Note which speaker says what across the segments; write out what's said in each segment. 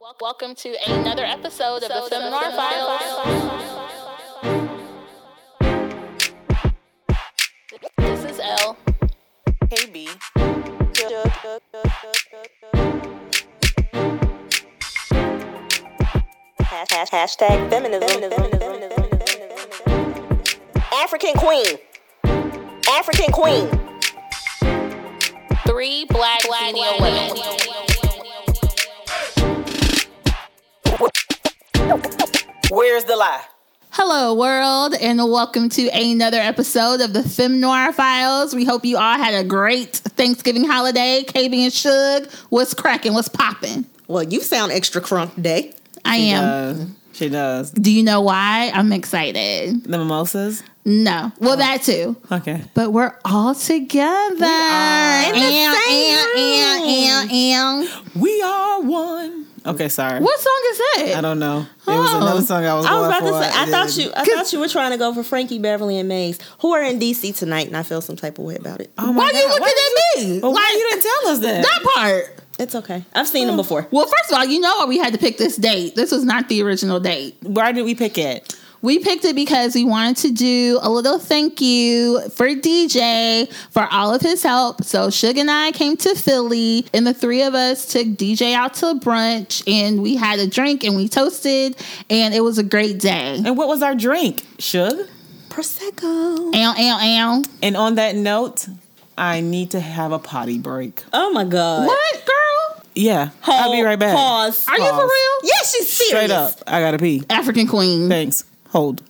Speaker 1: Wel- Welcome to another episode of the Seminar Files. This is L.
Speaker 2: KB. Hashtag feminism. African queen. African queen.
Speaker 1: Three black millennial women.
Speaker 2: Where's the lie?
Speaker 1: Hello, world, and welcome to another episode of the Fem Noir Files. We hope you all had a great Thanksgiving holiday. KB and Suge, what's cracking? What's popping?
Speaker 3: Well, you sound extra crunk today.
Speaker 1: I am.
Speaker 4: does. She does.
Speaker 1: Do you know why? I'm excited.
Speaker 4: The mimosas.
Speaker 1: No. Well, that too.
Speaker 4: Okay.
Speaker 1: But we're all together. We are.
Speaker 3: in the
Speaker 1: and, and, and, and.
Speaker 4: We are one. Okay, sorry.
Speaker 1: What song is that?
Speaker 4: I don't know. It was
Speaker 1: Oh.
Speaker 4: another song I was.
Speaker 3: I was about
Speaker 4: going
Speaker 3: to
Speaker 4: for.
Speaker 3: say. I
Speaker 4: It
Speaker 3: thought
Speaker 4: didn't-
Speaker 3: you. I thought you were trying to go for Frankie Beverly and Mays, who are in DC tonight, and I feel some type of way about it. Oh,
Speaker 4: Oh my
Speaker 1: Why are you
Speaker 4: God.
Speaker 1: looking
Speaker 4: Why-
Speaker 1: at me?
Speaker 4: But why
Speaker 1: Like,
Speaker 4: you didn't tell us that?
Speaker 1: that part?
Speaker 3: It's okay. I've seen them before.
Speaker 1: Well, first of all, you know why we had to pick this date. This was not the original date.
Speaker 4: Why did we pick it?
Speaker 1: We picked it because we wanted to do a little thank you for DJ for all of his help. So Suge and I came to Philly, and the three of us took DJ out to brunch, and we had a drink and we toasted, and it was a great day.
Speaker 4: And what was our drink? Sugar.
Speaker 3: Prosecco.
Speaker 1: Ow, ow, ow.
Speaker 4: And on that note, I need to have a potty break.
Speaker 3: Oh my god.
Speaker 1: What, girl?
Speaker 4: Yeah, I'll be
Speaker 3: Hold,
Speaker 4: right back.
Speaker 3: Pause.
Speaker 1: Are you for
Speaker 4: Pause.
Speaker 1: real?
Speaker 3: Yeah, she's serious.
Speaker 4: Straight up, I gotta pee.
Speaker 1: African queen.
Speaker 4: Thanks. Hold.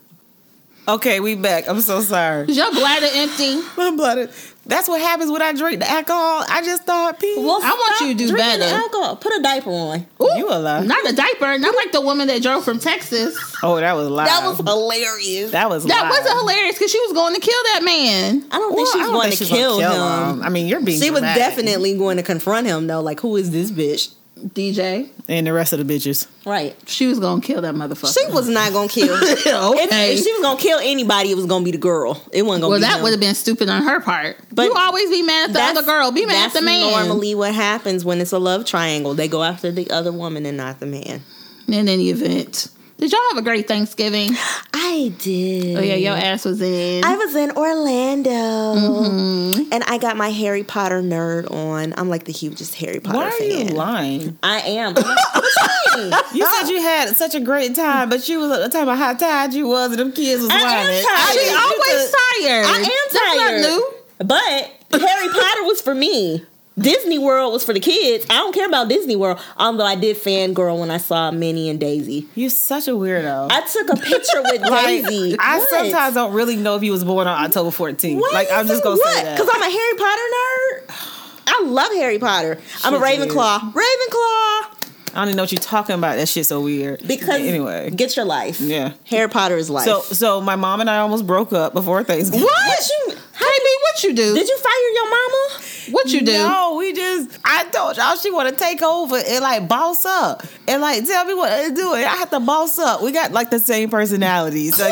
Speaker 4: Okay, we back. I'm so sorry.
Speaker 1: Is your bladder empty?
Speaker 4: My blood. That's what happens when I drink the alcohol. I just thought pee.
Speaker 3: Well,
Speaker 1: I want
Speaker 3: stop
Speaker 1: you to do
Speaker 3: drinking
Speaker 1: better.
Speaker 3: Alcohol. Put a diaper on.
Speaker 1: Ooh,
Speaker 4: you a lie.
Speaker 1: Not a diaper. Not like the woman that drove from Texas.
Speaker 4: Oh, that was live.
Speaker 3: That was hilarious.
Speaker 4: That was
Speaker 1: That
Speaker 4: live.
Speaker 1: wasn't hilarious because she was going to kill that man.
Speaker 3: I don't
Speaker 4: Well,
Speaker 3: think she's
Speaker 4: I don't
Speaker 3: going
Speaker 4: think
Speaker 3: to
Speaker 4: she's gonna um,
Speaker 3: kill, him.
Speaker 4: I mean, you're being.
Speaker 3: She was
Speaker 4: dramatic.
Speaker 3: definitely going to confront him though. Like, who is this bitch?
Speaker 1: DJ.
Speaker 4: and the rest of the bitches.
Speaker 3: Right.
Speaker 1: She was going to kill that motherfucker.
Speaker 3: She was not gonna kill. if,
Speaker 1: okay.
Speaker 3: if she was gonna kill anybody, it was gonna be the girl. It wasn't gonna
Speaker 1: well,
Speaker 3: be
Speaker 1: that
Speaker 3: him.
Speaker 1: would have been stupid on her part. But
Speaker 3: But
Speaker 1: you always be mad at the other girl. Be mad at
Speaker 3: that's
Speaker 1: the man.
Speaker 3: Normally, what happens when it's a love triangle, they go after the other woman and not the man.
Speaker 1: in any event. Did y'all have a great Thanksgiving?
Speaker 3: I did.
Speaker 1: Oh yeah, your ass was in.
Speaker 3: I was in Orlando
Speaker 1: Mm-hmm.
Speaker 3: and I got my Harry Potter nerd on. I'm like the hugest Harry Potter
Speaker 4: Why are
Speaker 3: fan.
Speaker 4: you lying?
Speaker 3: I am. I'm like,
Speaker 4: You said you had such a great time, but you was the type of high tide you was, and them kids was
Speaker 3: I am
Speaker 4: whining.
Speaker 3: tired.
Speaker 1: she
Speaker 3: You
Speaker 1: always tired.
Speaker 3: I am tired.
Speaker 1: That's not new.
Speaker 3: But Harry Potter was for me. Disney World was for the kids. I don't care about Disney World, although I did fangirl when I saw Minnie and Daisy.
Speaker 4: You're such a weirdo.
Speaker 3: I took a picture with
Speaker 4: Like,
Speaker 3: Daisy.
Speaker 4: I
Speaker 3: What?
Speaker 4: sometimes don't really know if he was born on October 14th.
Speaker 3: Why
Speaker 4: like
Speaker 3: you
Speaker 4: I'm just
Speaker 3: say
Speaker 4: gonna
Speaker 3: what?
Speaker 4: say that.
Speaker 3: Cause I'm a Harry Potter nerd. I love Harry Potter. I'm a
Speaker 4: She did.
Speaker 3: Ravenclaw. Ravenclaw.
Speaker 4: I don't even know what you're talking about. That shit's so weird.
Speaker 3: Because
Speaker 4: anyway,
Speaker 3: get your life.
Speaker 4: Yeah.
Speaker 3: Harry Potter is life.
Speaker 4: so so my mom and I almost broke up before Thanksgiving.
Speaker 3: what you?
Speaker 1: KB, what you do?
Speaker 3: Did you fire your mama?
Speaker 1: what you do?
Speaker 4: No, we just I told y'all she wanna take over and like boss up and like tell me what to do. And I have to boss up. We got like the same personalities. So
Speaker 1: How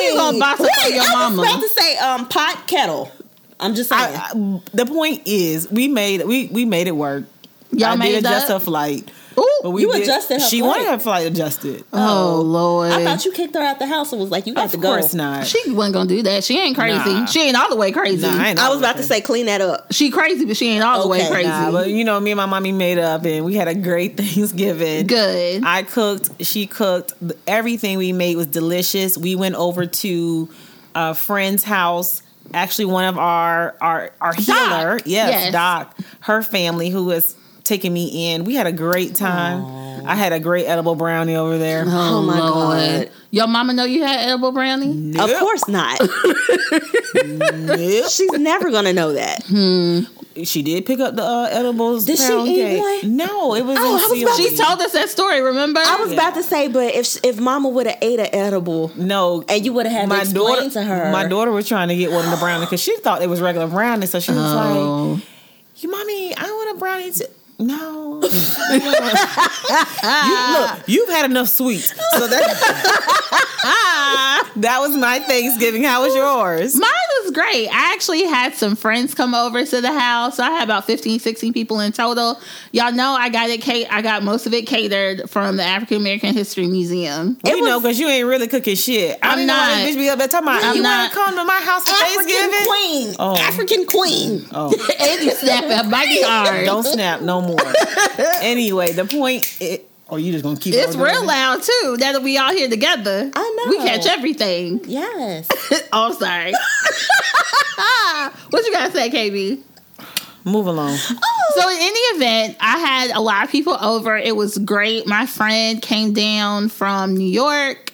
Speaker 1: you gonna boss up on
Speaker 3: Wait,
Speaker 1: your
Speaker 3: I was
Speaker 1: mama?
Speaker 3: about to say um, pot kettle. I'm just saying.
Speaker 4: I- I- the point is we made we we made it work.
Speaker 1: Y'all
Speaker 4: I
Speaker 1: made
Speaker 4: did adjust
Speaker 1: that?
Speaker 4: her flight.
Speaker 1: Ooh.
Speaker 4: we
Speaker 3: You adjusted her
Speaker 4: She
Speaker 3: flight.
Speaker 4: wanted her flight adjusted.
Speaker 1: Oh lord.
Speaker 3: I thought you kicked her out the house and was like, "You got
Speaker 4: of
Speaker 3: to go."
Speaker 4: course not.
Speaker 1: she wasn't gonna do that. She ain't crazy.
Speaker 4: Nah.
Speaker 1: She ain't all the way crazy.
Speaker 4: Nah, ain't
Speaker 3: I was about
Speaker 4: with
Speaker 3: to
Speaker 4: her.
Speaker 3: say, "Clean that up."
Speaker 1: she crazy, but she ain't all the way
Speaker 3: Okay,
Speaker 1: crazy.
Speaker 4: Nah, but you know, me and my mommy made up and we had a great Thanksgiving.
Speaker 1: Good.
Speaker 4: I cooked. She cooked. Everything we made was delicious. We went over to a friend's house. Actually, one of our our our healer, yes,
Speaker 1: Yes.
Speaker 4: Doc, her family who was taking me in. We had a great time. I had a great edible brownie over there.
Speaker 3: Oh, my god!
Speaker 1: Your mama know you had edible brownie?
Speaker 3: Of course not. She's never gonna know that.
Speaker 4: She did pick up the uh, edibles.
Speaker 3: Did she
Speaker 4: pound
Speaker 3: eat
Speaker 4: cake.
Speaker 3: one?
Speaker 4: No, it was.
Speaker 3: Oh,
Speaker 4: in
Speaker 3: I was about
Speaker 4: Sealy.
Speaker 1: She told us that story, remember?
Speaker 3: I was about to say, but if if Mama would have ate an edible,
Speaker 4: No,
Speaker 3: and you would have had to
Speaker 4: my
Speaker 3: explain
Speaker 4: daughter,
Speaker 3: to her,
Speaker 4: my daughter was trying to get one of the brownies because she thought it was regular brownie. So she was
Speaker 1: Oh.
Speaker 4: like, "You, mommy, I want a brownie." Too. No, you, look, you've had enough sweets. So that that was my Thanksgiving. How was yours?
Speaker 1: Mine was was great. I actually had some friends come over to the house. So I had about 15, 16 people in total. Y'all know I got it. Ca- I got most of it catered from the African American History Museum.
Speaker 4: you know, because you ain't really cooking shit. I
Speaker 1: I'm
Speaker 4: don't know why this
Speaker 1: not.
Speaker 4: bitch be up there talking about,
Speaker 1: I'm
Speaker 4: you want
Speaker 1: not.
Speaker 4: to come to my house for
Speaker 3: African
Speaker 4: Thanksgiving?
Speaker 3: queen.
Speaker 4: Oh.
Speaker 3: African queen.
Speaker 4: Oh,
Speaker 1: It just snapped up mighty hard.
Speaker 4: don't snap no more. anyway, the point. It, oh, you just gonna keep.
Speaker 1: It's
Speaker 4: on doing
Speaker 1: real
Speaker 4: it?
Speaker 1: loud too. That we all here together.
Speaker 3: I know.
Speaker 1: We catch everything.
Speaker 3: Yes.
Speaker 1: oh, I'm sorry. what you gotta say, KB?
Speaker 4: Move along. Oh.
Speaker 1: So in any event, I had a lot of people over. It was great. My friend came down from New York.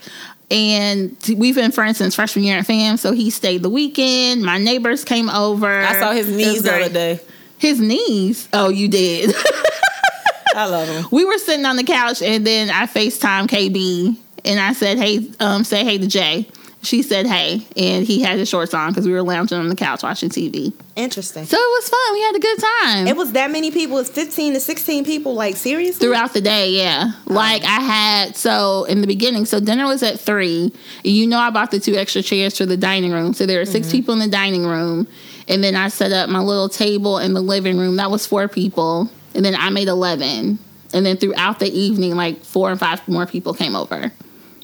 Speaker 1: And we've been friends since freshman year at fam, so he stayed the weekend. My neighbors came over.
Speaker 4: I saw his
Speaker 1: It was
Speaker 4: knees the other
Speaker 1: great.
Speaker 4: day.
Speaker 1: His knees? Oh, you did.
Speaker 4: I love him.
Speaker 1: we were sitting on the couch and then I FaceTime KB and I said, Hey, um, say hey to Jay. She said, Hey, and he had his shorts on because we were lounging on the couch watching TV.
Speaker 3: Interesting.
Speaker 1: So it was fun. We had a good time.
Speaker 3: It was that many people. It's 15 to 16 people. Like, seriously?
Speaker 1: throughout the day, yeah. Like I had so in the beginning, so dinner was at three. You know I bought the two extra chairs for the dining room. So there were 6 people in the dining room. And then I set up my little table in the living room. That was four people. And then I made eleven. And then throughout the evening, like four and five more people came over.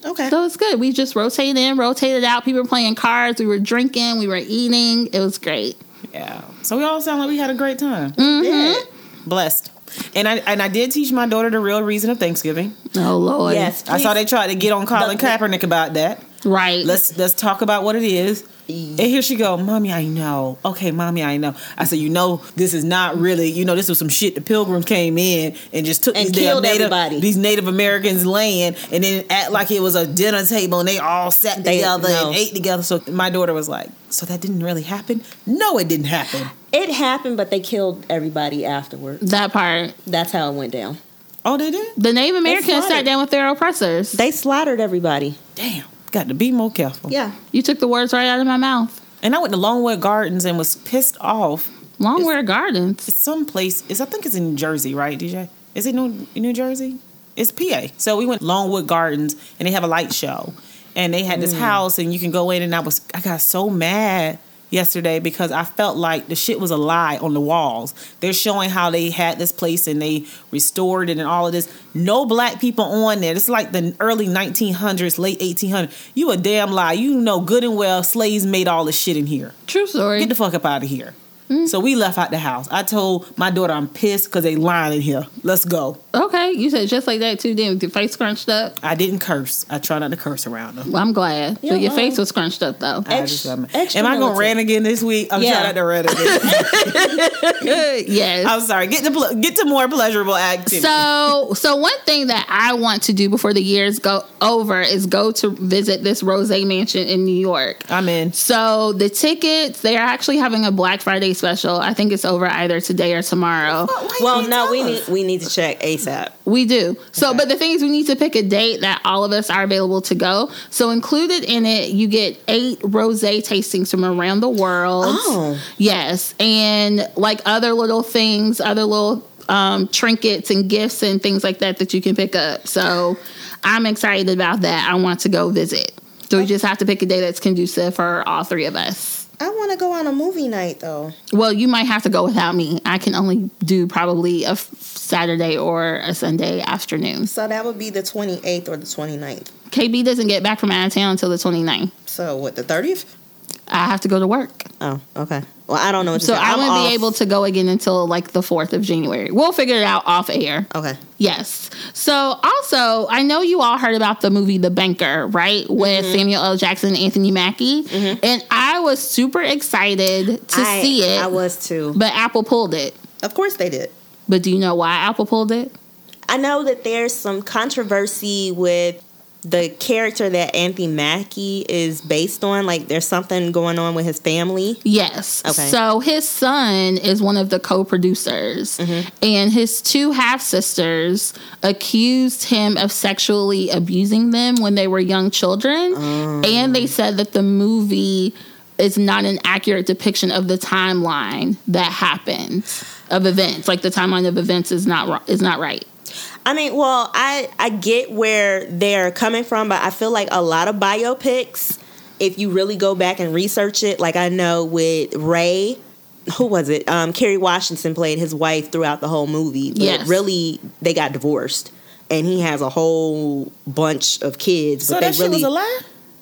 Speaker 3: Okay.
Speaker 1: So it's good. We just rotated in, rotated out. People were playing cards. We were drinking. We were eating. It was great.
Speaker 4: Yeah. So we all sound like we had a great time.
Speaker 3: Yeah.
Speaker 4: Blessed. And I and I did teach my daughter the real reason of Thanksgiving.
Speaker 1: Oh Lord.
Speaker 3: Yes.
Speaker 4: I saw they tried to get on Colin
Speaker 3: The-
Speaker 4: Kaepernick about that.
Speaker 1: Right.
Speaker 4: Let's let's talk about what it is. And here she go, mommy. I know. Okay, mommy, I know. I said, you know, this is not really. You know, this was some shit. The pilgrims came in and just took
Speaker 3: And
Speaker 4: these damn
Speaker 3: killed
Speaker 4: Native,
Speaker 3: everybody.
Speaker 4: These Native Americans land and then act like it was a dinner table and they all sat
Speaker 3: They-
Speaker 4: together
Speaker 3: no.
Speaker 4: and ate together. So my daughter was like, so that didn't really happen. No, it didn't happen.
Speaker 3: It happened, but they killed everybody afterward.
Speaker 1: that part.
Speaker 3: That's how it went down.
Speaker 4: Oh, they did.
Speaker 1: The Native Americans
Speaker 3: slaughtered.
Speaker 1: sat down with their oppressors.
Speaker 3: They slaughtered everybody.
Speaker 4: Damn. Got to be more careful.
Speaker 3: Yeah.
Speaker 1: You took the words right out of my mouth.
Speaker 4: And I went to Longwood Gardens and was pissed off.
Speaker 1: Longwear Gardens.
Speaker 4: It's some place. It's I think it's in Jersey, right, DJ? Is it New New Jersey? It's PA. So we went to Longwood Gardens and they have a light show, and they had this house and you can go in and I was I got so mad yesterday because I felt like the shit was a lie on the walls. They're showing how they had this place and they restored it and all of this. No black people on there. It's like the early 1900s, late 1800s. You a damn lie. You know good and well slaves made all this shit in here
Speaker 1: True story.
Speaker 4: get the fuck up out of here. So we left out the house. I told my daughter I'm pissed because they lying in here. Let's go.
Speaker 1: okay, you said just like that too. Then with your face scrunched up.
Speaker 4: I didn't curse. I try not to curse around them.
Speaker 1: Well, I'm glad.
Speaker 3: Yeah,
Speaker 1: but your
Speaker 3: well.
Speaker 1: face was scrunched up though.
Speaker 4: I just got mad.
Speaker 3: Ex-
Speaker 4: Am I gonna
Speaker 3: extra
Speaker 4: rant again this week? I'm
Speaker 3: Yeah.
Speaker 4: trying not to rant again.
Speaker 1: yes.
Speaker 4: I'm sorry. Get to ple- get to more pleasurable activity.
Speaker 1: So, so one thing that I want to do before the years go over is go to visit this Rose Mansion in New York.
Speaker 4: I'm in.
Speaker 1: So the tickets, they are actually having a Black Friday special. I think it's over either today or tomorrow.
Speaker 3: Well, no, we need we need to check ASAP.
Speaker 1: We do. So, but the thing is, we need to pick a date that all of us are available to go. So, included in it, you get eight rose tastings from around the world.
Speaker 3: Oh.
Speaker 1: Yes. And like other little things, other little um, trinkets and gifts and things like that that you can pick up. So, I'm excited about that. I want to go visit. So, we just have to pick a day that's conducive for all three of us.
Speaker 3: I want to go on a movie night though.
Speaker 1: Well, you might have to go without me. I can only do probably a f- Saturday or a Sunday afternoon.
Speaker 3: So that would be the 28th or the 29th.
Speaker 1: KB doesn't get back from out of town until the 29th.
Speaker 3: So what, the 30th?
Speaker 1: I have to go to work.
Speaker 3: Oh, okay. Well, I don't know. What
Speaker 1: So I won't be able to go again until like the 4th of January. We'll figure it out off air.
Speaker 3: Okay.
Speaker 1: Yes. So also, I know you all heard about the movie The Banker, right? With
Speaker 3: Mm-hmm.
Speaker 1: Samuel L. Jackson and Anthony Mackie. And I was super excited to
Speaker 3: I,
Speaker 1: see it,
Speaker 3: I was too.
Speaker 1: but Apple pulled it.
Speaker 3: Of course they did.
Speaker 1: But do you know why Apple pulled it?
Speaker 3: I know that there's some controversy with the character that Anthony Mackie is based on. Like, there's something going on with his family.
Speaker 1: Yes.
Speaker 3: Okay.
Speaker 1: So his son is one of the co producers,
Speaker 3: Mm-hmm.
Speaker 1: and his two half sisters accused him of sexually abusing them when they were young children.
Speaker 3: Oh.
Speaker 1: And they said that the movie is not an accurate depiction of the timeline that happened of events. Like the timeline of events is not ro- is not right.
Speaker 3: I mean, well, I I get where they're coming from, but I feel like a lot of biopics if you really go back and research it, like I know with Ray, who was it? Um, Kerry Washington played his wife throughout the whole movie. But
Speaker 1: Yes.
Speaker 3: really, they got divorced. And he has a whole bunch of kids.
Speaker 4: So
Speaker 3: but
Speaker 4: that
Speaker 3: they
Speaker 4: shit
Speaker 3: really,
Speaker 4: was a lie.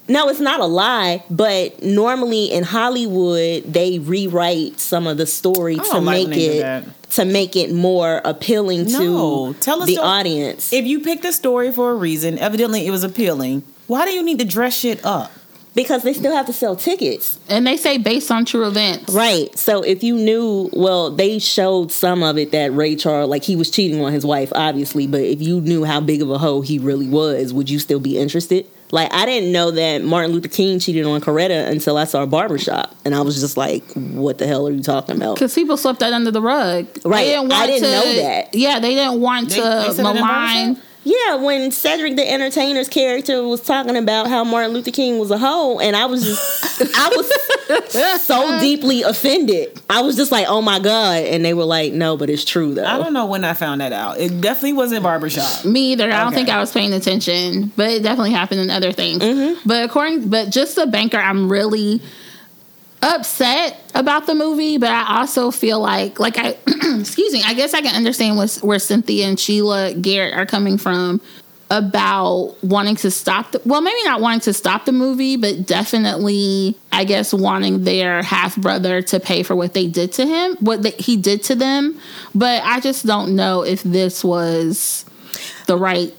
Speaker 3: no, it's not a lie, but normally in Hollywood they rewrite some of the story
Speaker 4: I
Speaker 3: to
Speaker 4: don't
Speaker 3: make
Speaker 4: like when they do
Speaker 3: it
Speaker 4: that.
Speaker 3: to make it more appealing
Speaker 4: No,
Speaker 3: to
Speaker 4: tell us
Speaker 3: the
Speaker 4: the-
Speaker 3: audience.
Speaker 4: If you picked the story for a reason, evidently it was appealing. Why do you need to dress shit up?
Speaker 3: because they still have to sell tickets.
Speaker 1: And they say based on true events.
Speaker 3: Right. So if you knew, well, they showed some of it that Ray Charles, like he was cheating on his wife, obviously. But if you knew how big of a hoe he really was, would you still be interested? Like I didn't know that Martin Luther King cheated on Coretta until I saw Barbershop, and I was just like, "What the hell are you talking about?"
Speaker 1: Because people swept that under the rug.
Speaker 3: Right.
Speaker 1: They didn't
Speaker 3: I
Speaker 1: want
Speaker 3: didn't
Speaker 1: to,
Speaker 3: know that.
Speaker 1: Yeah, they didn't want
Speaker 4: They-
Speaker 1: to
Speaker 4: they said it in
Speaker 1: malign.
Speaker 4: Barbershop?
Speaker 3: Yeah, when Cedric the Entertainer's character was talking about how Martin Luther King was a hoe, and I was just, I was so deeply offended. I was just like, "Oh my god!" And they were like, "No, but it's true though."
Speaker 4: I don't know when I found that out. It definitely wasn't barbershop.
Speaker 1: Me either. I don't
Speaker 4: Okay.
Speaker 1: think I was paying attention, but it definitely happened in other things. But according, but just the banker, I'm really upset about the movie. But I also feel like, like I, excuse me, I guess I can understand what's, where Cynthia and Sheila Garrett are coming from about wanting to stop the well maybe not wanting to stop the movie but definitely i guess wanting their half brother to pay for what they did to him what they, he did to them but i just don't know if this was the right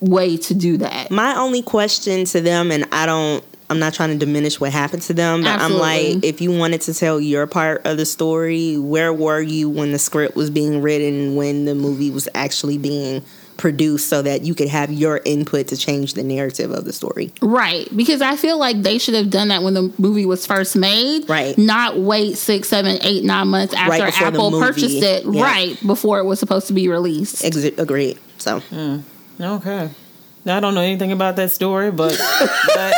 Speaker 1: way to do that
Speaker 3: my only question to them and i don't i'm not trying to diminish what happened to them but i'm like
Speaker 1: Absolutely.
Speaker 3: if you wanted to tell your part of the story where were you when the script was being written when the movie was actually being produced so that you could have your input to change the narrative of the story
Speaker 1: right because i feel like they should have done that when the movie was first made
Speaker 3: Right.
Speaker 1: not wait six seven eight nine months after
Speaker 3: before the
Speaker 1: apple
Speaker 3: movie.
Speaker 1: purchased it
Speaker 3: Yeah.
Speaker 1: right before it was supposed to be released
Speaker 3: Ex- agreed so
Speaker 4: Okay. I don't know anything about that story, but, but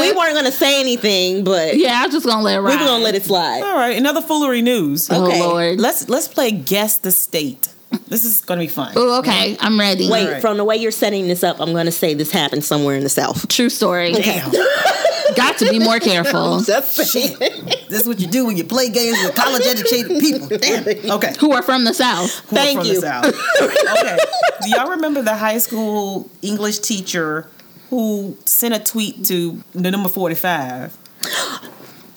Speaker 3: we weren't going to say anything but
Speaker 1: Uh, yeah i'm just gonna let it
Speaker 3: we
Speaker 1: ride
Speaker 3: were going to let it slide
Speaker 4: all right, another foolery news.
Speaker 1: oh
Speaker 3: okay,
Speaker 1: lord
Speaker 4: Let's let's play guess the state. This is gonna be fun.
Speaker 1: oh okay i'm ready
Speaker 3: wait
Speaker 4: Alright.
Speaker 3: from the way you're setting this up i'm going to say this happened somewhere in the south
Speaker 1: True story.
Speaker 4: Damn,
Speaker 1: Got to be more careful.
Speaker 3: that's
Speaker 4: this is what you do when you play games with college educated people. Damn. Okay.
Speaker 1: Who are from the South?
Speaker 4: Who are
Speaker 3: Thank
Speaker 4: from the
Speaker 3: you.
Speaker 4: South. okay. Do y'all remember the high school English teacher who sent a tweet to the number 45?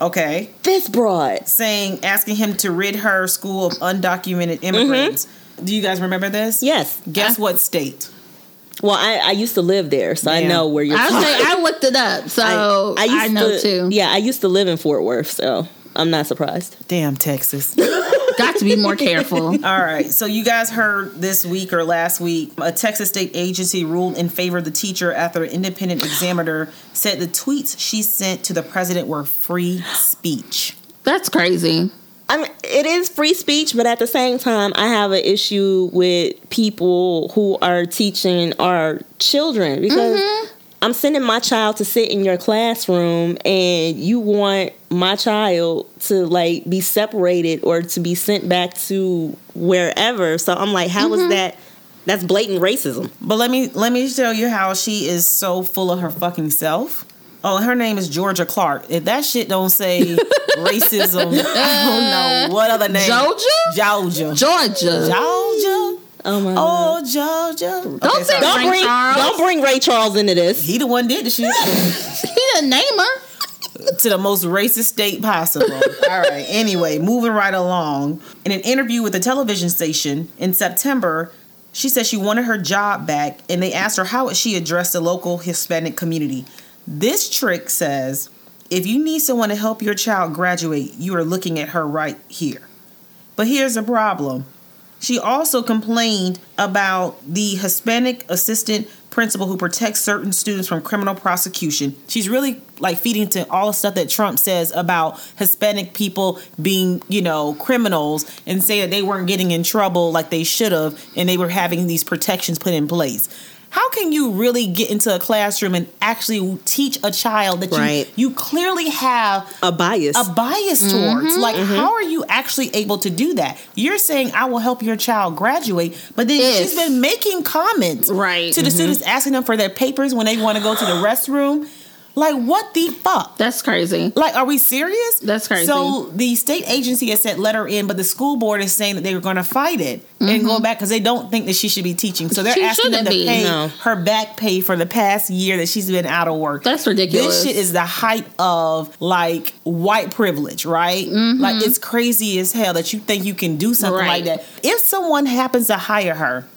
Speaker 4: Okay.
Speaker 3: this broad
Speaker 4: Saying, asking him to rid her school of undocumented immigrants.
Speaker 1: Mm-hmm.
Speaker 4: Do you guys remember this?
Speaker 3: yes
Speaker 4: Guess what state?
Speaker 3: Well, I, I used to live there, so I
Speaker 4: Yeah.
Speaker 3: know where you're.
Speaker 1: I
Speaker 3: from.
Speaker 1: say I looked it up, so I, know
Speaker 3: to,
Speaker 1: too.
Speaker 3: Yeah, I used to live in Fort Worth, so I'm not surprised.
Speaker 4: Damn, Texas.
Speaker 1: Got to be more careful.
Speaker 4: All right. So you guys heard this week or last week, a Texas state agency ruled in favor of the teacher after an independent examiner said the tweets she sent to the president were free speech.
Speaker 1: That's crazy.
Speaker 3: I mean, it is free speech, but at the same time, I have an issue with people who are teaching our children because
Speaker 4: Mm-hmm.
Speaker 3: I'm sending my child to sit in your classroom, and you want my child to like be separated or to be sent back to wherever. So I'm like, how
Speaker 4: Mm-hmm.
Speaker 3: is that? That's blatant racism.
Speaker 4: But let me let me tell you how she is so full of her fucking self. Oh, her name is Georgia Clark. If that shit don't say racism, I don't know what other name.
Speaker 1: Georgia?
Speaker 4: Georgia.
Speaker 1: Georgia.
Speaker 4: Georgia.
Speaker 3: Oh my god.
Speaker 4: Oh, Georgia.
Speaker 1: Don't
Speaker 4: Okay,
Speaker 1: say
Speaker 4: so
Speaker 3: Don't
Speaker 1: Frank
Speaker 3: bring,
Speaker 1: Charles.
Speaker 3: don't bring Ray Charles into this.
Speaker 4: he the one did the shit.
Speaker 1: He didn't name her.
Speaker 4: to the most racist state possible. All right. Anyway, moving right along. In an interview with a television station in September, she said she wanted her job back and they asked her how she addressed the local Hispanic community. This trick says if you need someone to help your child graduate, you are looking at her right here. But here's the problem. She also complained about the Hispanic assistant principal who protects certain students from criminal prosecution. She's really like feeding to all the stuff that Trump says about Hispanic people being, you know, criminals and say that they weren't getting in trouble like they should have and they were having these protections put in place. How can you really get into a classroom and actually teach a child that
Speaker 3: Right.
Speaker 4: you, you clearly have
Speaker 3: A bias.
Speaker 4: a bias
Speaker 1: Mm-hmm.
Speaker 4: towards. Like, how are you actually able to do that? You're saying I will help your child graduate, but then
Speaker 1: If.
Speaker 4: she's been making comments
Speaker 1: Right. Mm-hmm.
Speaker 4: to the students, asking them for their papers when they want to go to the restroom. Like, what the fuck?
Speaker 1: That's crazy.
Speaker 4: Like, are we serious?
Speaker 1: That's crazy.
Speaker 4: So the state agency has said let her in, but the school board is saying that they were going to fight it and go back because they don't think that she should be teaching. So they're
Speaker 1: Mm-hmm. She
Speaker 4: asking them
Speaker 1: shouldn't
Speaker 4: to
Speaker 1: be.
Speaker 4: pay
Speaker 3: No.
Speaker 4: her back pay for the past year that she's been out of work.
Speaker 1: That's ridiculous.
Speaker 4: This shit is the height of like white privilege, right? Like it's crazy as hell that you think you can do something
Speaker 1: Mm-hmm. Right.
Speaker 4: like that. If someone happens to hire her,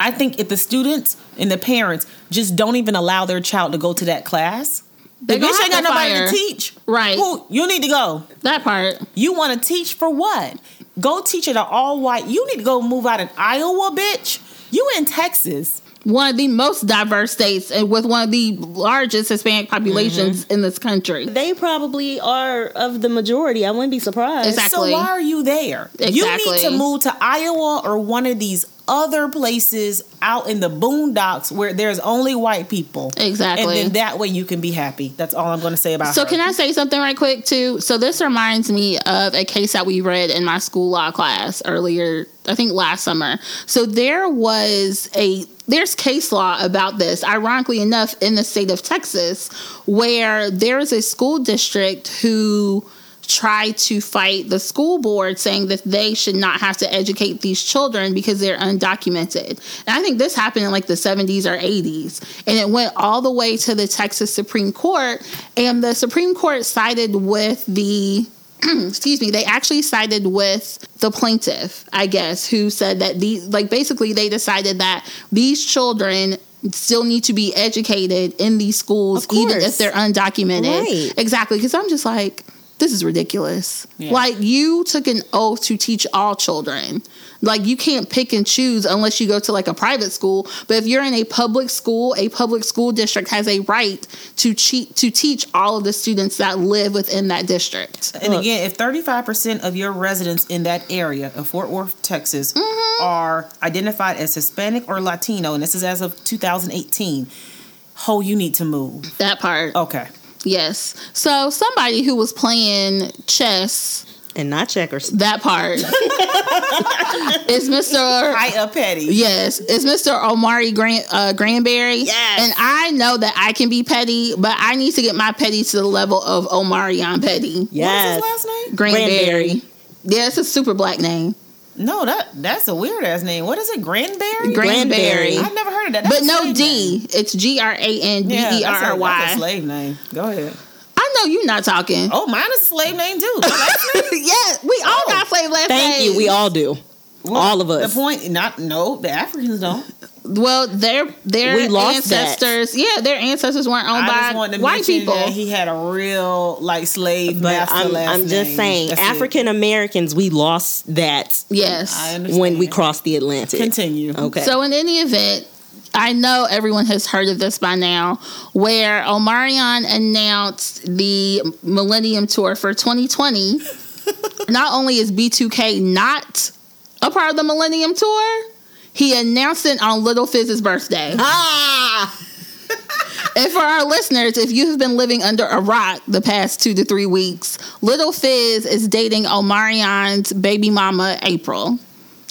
Speaker 4: I think if the students and the parents just don't even allow their child to go to that class,
Speaker 1: They
Speaker 4: the
Speaker 1: gonna
Speaker 4: bitch ain't
Speaker 1: have
Speaker 4: got
Speaker 1: to
Speaker 4: nobody
Speaker 1: fire.
Speaker 4: to teach.
Speaker 1: Right.
Speaker 4: Who you need to go?
Speaker 1: that part.
Speaker 4: You want to teach for what? Go teach at an all white. You need to go move out in Iowa, bitch. You in Texas.
Speaker 1: One of the most diverse states and with one of the largest Hispanic populations
Speaker 4: Mm-hmm.
Speaker 1: in this country.
Speaker 3: They probably are of the majority. I wouldn't be surprised.
Speaker 1: Exactly.
Speaker 4: So why are you there? You need
Speaker 1: Exactly.
Speaker 4: to move to Iowa or one of these other places out in the boondocks where there's only white people.
Speaker 1: Exactly.
Speaker 4: And then that way you can be happy. That's all I'm going to say about
Speaker 1: So
Speaker 4: her.
Speaker 1: can I say something right quick too? So this reminds me of a case that we read in my school law class earlier, I think last summer. So there was a there's case law about this, ironically enough, in the state of Texas, where there is a school district who tried to fight the school board saying that they should not have to educate these children because they're undocumented. And I think this happened in like the 70s or 80s. And it went all the way to the Texas Supreme Court. And the Supreme Court sided with the excuse me, they actually sided with the plaintiff, I guess, who said that these, like, basically they decided that these children still need to be educated in these schools,
Speaker 3: Of
Speaker 1: even if
Speaker 3: course.
Speaker 1: they're undocumented.
Speaker 3: Right.
Speaker 1: Exactly. Because I'm just like, this is ridiculous. Like, you took an oath to teach all children. Like, you can't pick and choose unless you go to like a private school. But if you're in a public school, a public school district has a right to, cheat to teach all of the students that live within that district.
Speaker 4: and again, if 35% of your residents in that area of Fort Worth, Texas,
Speaker 1: Mm-hmm.
Speaker 4: are identified as Hispanic or Latino, and this is as of 2018, ho, you need to move.
Speaker 1: That part.
Speaker 4: Okay.
Speaker 1: Yes. So somebody who was playing chess,
Speaker 3: and not checkers.
Speaker 1: that part is Mr.
Speaker 4: I a petty.
Speaker 1: Yes, it's Mr. Omari Grant uh, Granberry.
Speaker 3: Yes.
Speaker 1: and I know that I can be petty, but I need to get my petty to the level of Omarion Petty
Speaker 3: Yes.
Speaker 4: What was his last name?
Speaker 1: Granberry.
Speaker 3: Granberry.
Speaker 1: Yeah, it's a super black name,
Speaker 4: No, that that's a weird ass name. What is it? Granberry?
Speaker 1: Granberry.
Speaker 3: Granberry.
Speaker 4: I've never heard of that. That's
Speaker 1: but
Speaker 4: a
Speaker 1: no
Speaker 4: slave name.
Speaker 1: D. It's G R A N B E R
Speaker 4: that's a-
Speaker 1: R
Speaker 4: That's a
Speaker 1: Y.
Speaker 4: slave name. Go ahead.
Speaker 1: I know you're not talking.
Speaker 4: Oh, mine is a slave name too. My last name-
Speaker 1: yeah, we all got slave last
Speaker 3: Thank you.
Speaker 1: names.
Speaker 3: We all do. all of us.
Speaker 4: The point, not no, the Africans don't.
Speaker 1: Oh, Well, their their
Speaker 3: We lost that.
Speaker 1: ancestors, yeah, their ancestors weren't owned
Speaker 4: I just
Speaker 1: by
Speaker 4: wanted to
Speaker 1: white
Speaker 4: mention
Speaker 1: people.
Speaker 4: that he had a real like slave
Speaker 3: But
Speaker 4: master
Speaker 3: I'm,
Speaker 4: last
Speaker 3: I'm just
Speaker 4: name.
Speaker 3: saying,
Speaker 4: That's it.
Speaker 3: African Americans, we lost that
Speaker 1: yes.
Speaker 4: I understand.
Speaker 3: when we crossed the Atlantic.
Speaker 4: continue.
Speaker 3: Okay.
Speaker 1: So in any event, I know everyone has heard of this by now, where Omarion announced the Millennium Tour for 2020. not only is B2K not a part of the Millennium Tour, he announced it on Little Fizz's birthday.
Speaker 3: Ah,
Speaker 1: And for our listeners, if you have been living under a rock the past two to three weeks, Little Fizz is dating Omarion's baby mama, April.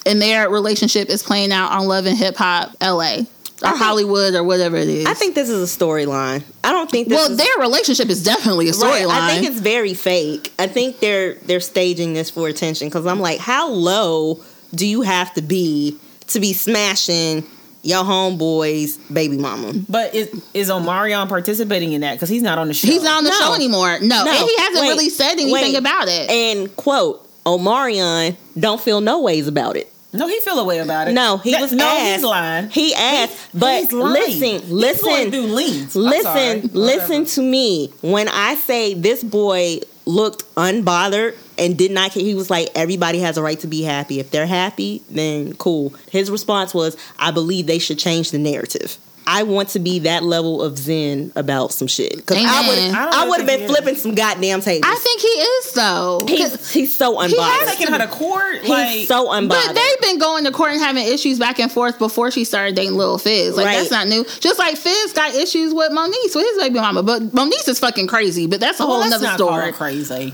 Speaker 1: And their relationship is playing out on Love and Hip Hop LA or Hollywood or whatever it is.
Speaker 3: I think this is a storyline. I don't think this
Speaker 1: well,
Speaker 3: is
Speaker 1: their relationship is definitely a
Speaker 3: Right.
Speaker 1: storyline.
Speaker 3: I think it's very fake. I think they're they're staging this for attention because I'm like, how low do you have to be to be smashing your homeboy's baby mama?
Speaker 4: But is is Omarion participating in that? Because he's not on the show.
Speaker 1: He's not on the show anymore. No,
Speaker 3: No.
Speaker 1: and he hasn't
Speaker 3: Wait.
Speaker 1: really said anything
Speaker 3: Wait.
Speaker 1: about it.
Speaker 3: And quote, Omarion don't feel no ways about it.
Speaker 4: No, he feel a way about it.
Speaker 3: No, he
Speaker 4: That-
Speaker 3: was
Speaker 4: No,
Speaker 3: asked.
Speaker 4: he's lying.
Speaker 3: He asked, but
Speaker 4: he's lying.
Speaker 3: listen,
Speaker 4: He's going
Speaker 3: listen,
Speaker 4: through leans. I'm sorry.
Speaker 3: Listen, listen
Speaker 4: Whatever.
Speaker 3: to me. When I say this boy looked unbothered and did not care, he was like, everybody has a right to be happy. If they're happy, then cool. His response was, I believe they should change the narrative. I want to be that level of zen about some shit because I
Speaker 1: Amen.
Speaker 3: would
Speaker 1: I
Speaker 4: don't
Speaker 3: I, would have
Speaker 4: think
Speaker 3: been
Speaker 4: he is.
Speaker 3: flipping some goddamn tables.
Speaker 1: I think he is, though. 'Cause-
Speaker 3: he's, he's so
Speaker 1: has
Speaker 3: unbothered.
Speaker 4: taking her to court.
Speaker 3: he's
Speaker 4: Like
Speaker 3: so unbothered.
Speaker 1: But they've been going to court and having issues back and forth before she started dating Lil Fizz. Like
Speaker 3: Right.
Speaker 1: that's not new. Just like Fizz got issues with Moniece with his baby mama, but Moniece is fucking crazy. But that's a
Speaker 4: well,
Speaker 1: whole
Speaker 4: let's
Speaker 1: nother
Speaker 4: not call her
Speaker 1: story.
Speaker 4: crazy.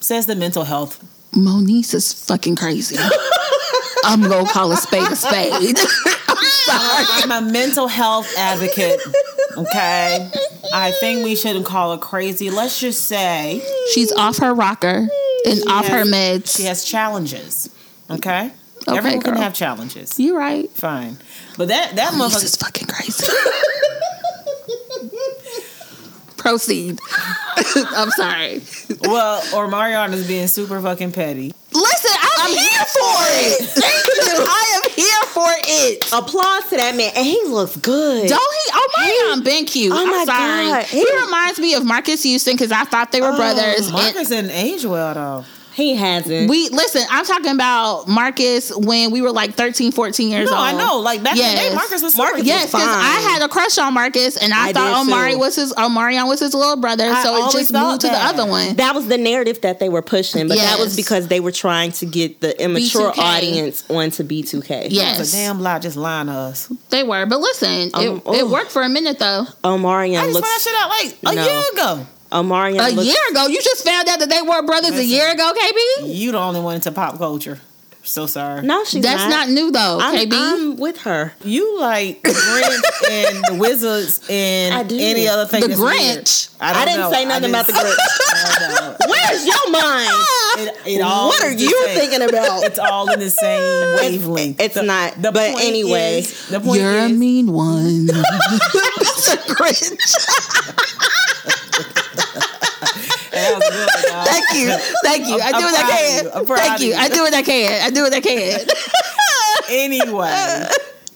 Speaker 4: Says the mental health
Speaker 1: Moniece is fucking crazy. I'm gonna call a spade a spade.
Speaker 4: I'm a mental health advocate. Okay. I think we shouldn't call her crazy. Let's just say
Speaker 1: She's off her rocker and off her
Speaker 4: has-
Speaker 1: meds.
Speaker 4: she has challenges. Okay?
Speaker 1: Okay,
Speaker 4: Everyone can
Speaker 1: girl.
Speaker 4: have challenges.
Speaker 1: you right.
Speaker 4: Fine. But that that
Speaker 1: This
Speaker 4: motherfucker
Speaker 1: is fucking crazy. Proceed. I'm sorry.
Speaker 4: well, or Mariana's being super fucking petty.
Speaker 1: Listen, I'm, here for it. Thank you. I am here for it.
Speaker 3: Applause to that man, and he looks good.
Speaker 1: Don't he? Oh my God, Ben cute.
Speaker 3: Oh
Speaker 1: I'm
Speaker 3: my
Speaker 1: sorry.
Speaker 3: God.
Speaker 1: He,
Speaker 3: He-
Speaker 1: reminds me of Marcus Houston because I thought they were brothers. and-
Speaker 4: Oh, Marcus didn't age well though.
Speaker 3: He hasn't.
Speaker 1: we listen, I'm talking about Marcus when we were like 13, 14 years
Speaker 4: No,
Speaker 1: old.
Speaker 4: I know. Like back in the
Speaker 1: Yes.
Speaker 4: day, Marcus was super
Speaker 3: Marcus-
Speaker 4: cute.
Speaker 1: Yes, because
Speaker 3: fine.
Speaker 1: I had a crush on Marcus, and I,
Speaker 3: I
Speaker 1: thought
Speaker 3: did,
Speaker 1: Omari
Speaker 3: too.
Speaker 1: was his Omarion was his little brother,
Speaker 4: I
Speaker 1: so it
Speaker 4: always
Speaker 1: just
Speaker 4: thought
Speaker 1: moved to the
Speaker 4: that.
Speaker 1: other one.
Speaker 3: that was the narrative that they were pushing, but that was
Speaker 1: Yes.
Speaker 3: because they were trying to get the immature
Speaker 1: B2K.
Speaker 3: audience onto B2K.
Speaker 4: It was
Speaker 1: yes,
Speaker 4: a damn lie just lying to us.
Speaker 1: they were. But listen,
Speaker 3: Um,
Speaker 1: it, it
Speaker 3: ooh.
Speaker 1: worked for a minute though.
Speaker 4: I
Speaker 3: Omarion
Speaker 4: just found that
Speaker 3: looks.
Speaker 4: shit out like a
Speaker 3: No.
Speaker 4: year ago.
Speaker 1: A
Speaker 3: Omarion looks.
Speaker 1: year ago, you just found out that they were brothers a year ago, KB.
Speaker 4: You the only one into pop culture. So sorry.
Speaker 3: No, she's
Speaker 1: That's not, new though,
Speaker 3: I'm,
Speaker 1: KB.
Speaker 3: I'm with her.
Speaker 4: You like the Grinch and the Wizards and
Speaker 3: I do.
Speaker 4: any other thing.
Speaker 1: The
Speaker 4: that's weird.
Speaker 1: Grinch?
Speaker 4: I,
Speaker 3: I
Speaker 4: don't
Speaker 3: didn't
Speaker 4: know.
Speaker 3: say nothing about the Grinch.
Speaker 4: about the
Speaker 3: Where's your mind?
Speaker 1: Ah.
Speaker 4: It, it all
Speaker 3: what are
Speaker 4: is the
Speaker 3: you
Speaker 4: same.
Speaker 3: thinking about?
Speaker 4: It's all in the same wavelength.
Speaker 3: it's not. But
Speaker 4: point
Speaker 3: anyway.
Speaker 4: is- the point
Speaker 1: You're a
Speaker 4: is,
Speaker 1: mean one. Mr. Grinch.
Speaker 4: that was good, y'all.
Speaker 1: Thank you. Thank you. i
Speaker 4: I'm
Speaker 1: do what I
Speaker 4: proud of
Speaker 1: can.
Speaker 4: you. I'm proud
Speaker 1: Thank
Speaker 4: of
Speaker 1: you.
Speaker 4: you.
Speaker 1: I do what I can. I do what I can.
Speaker 4: anyway.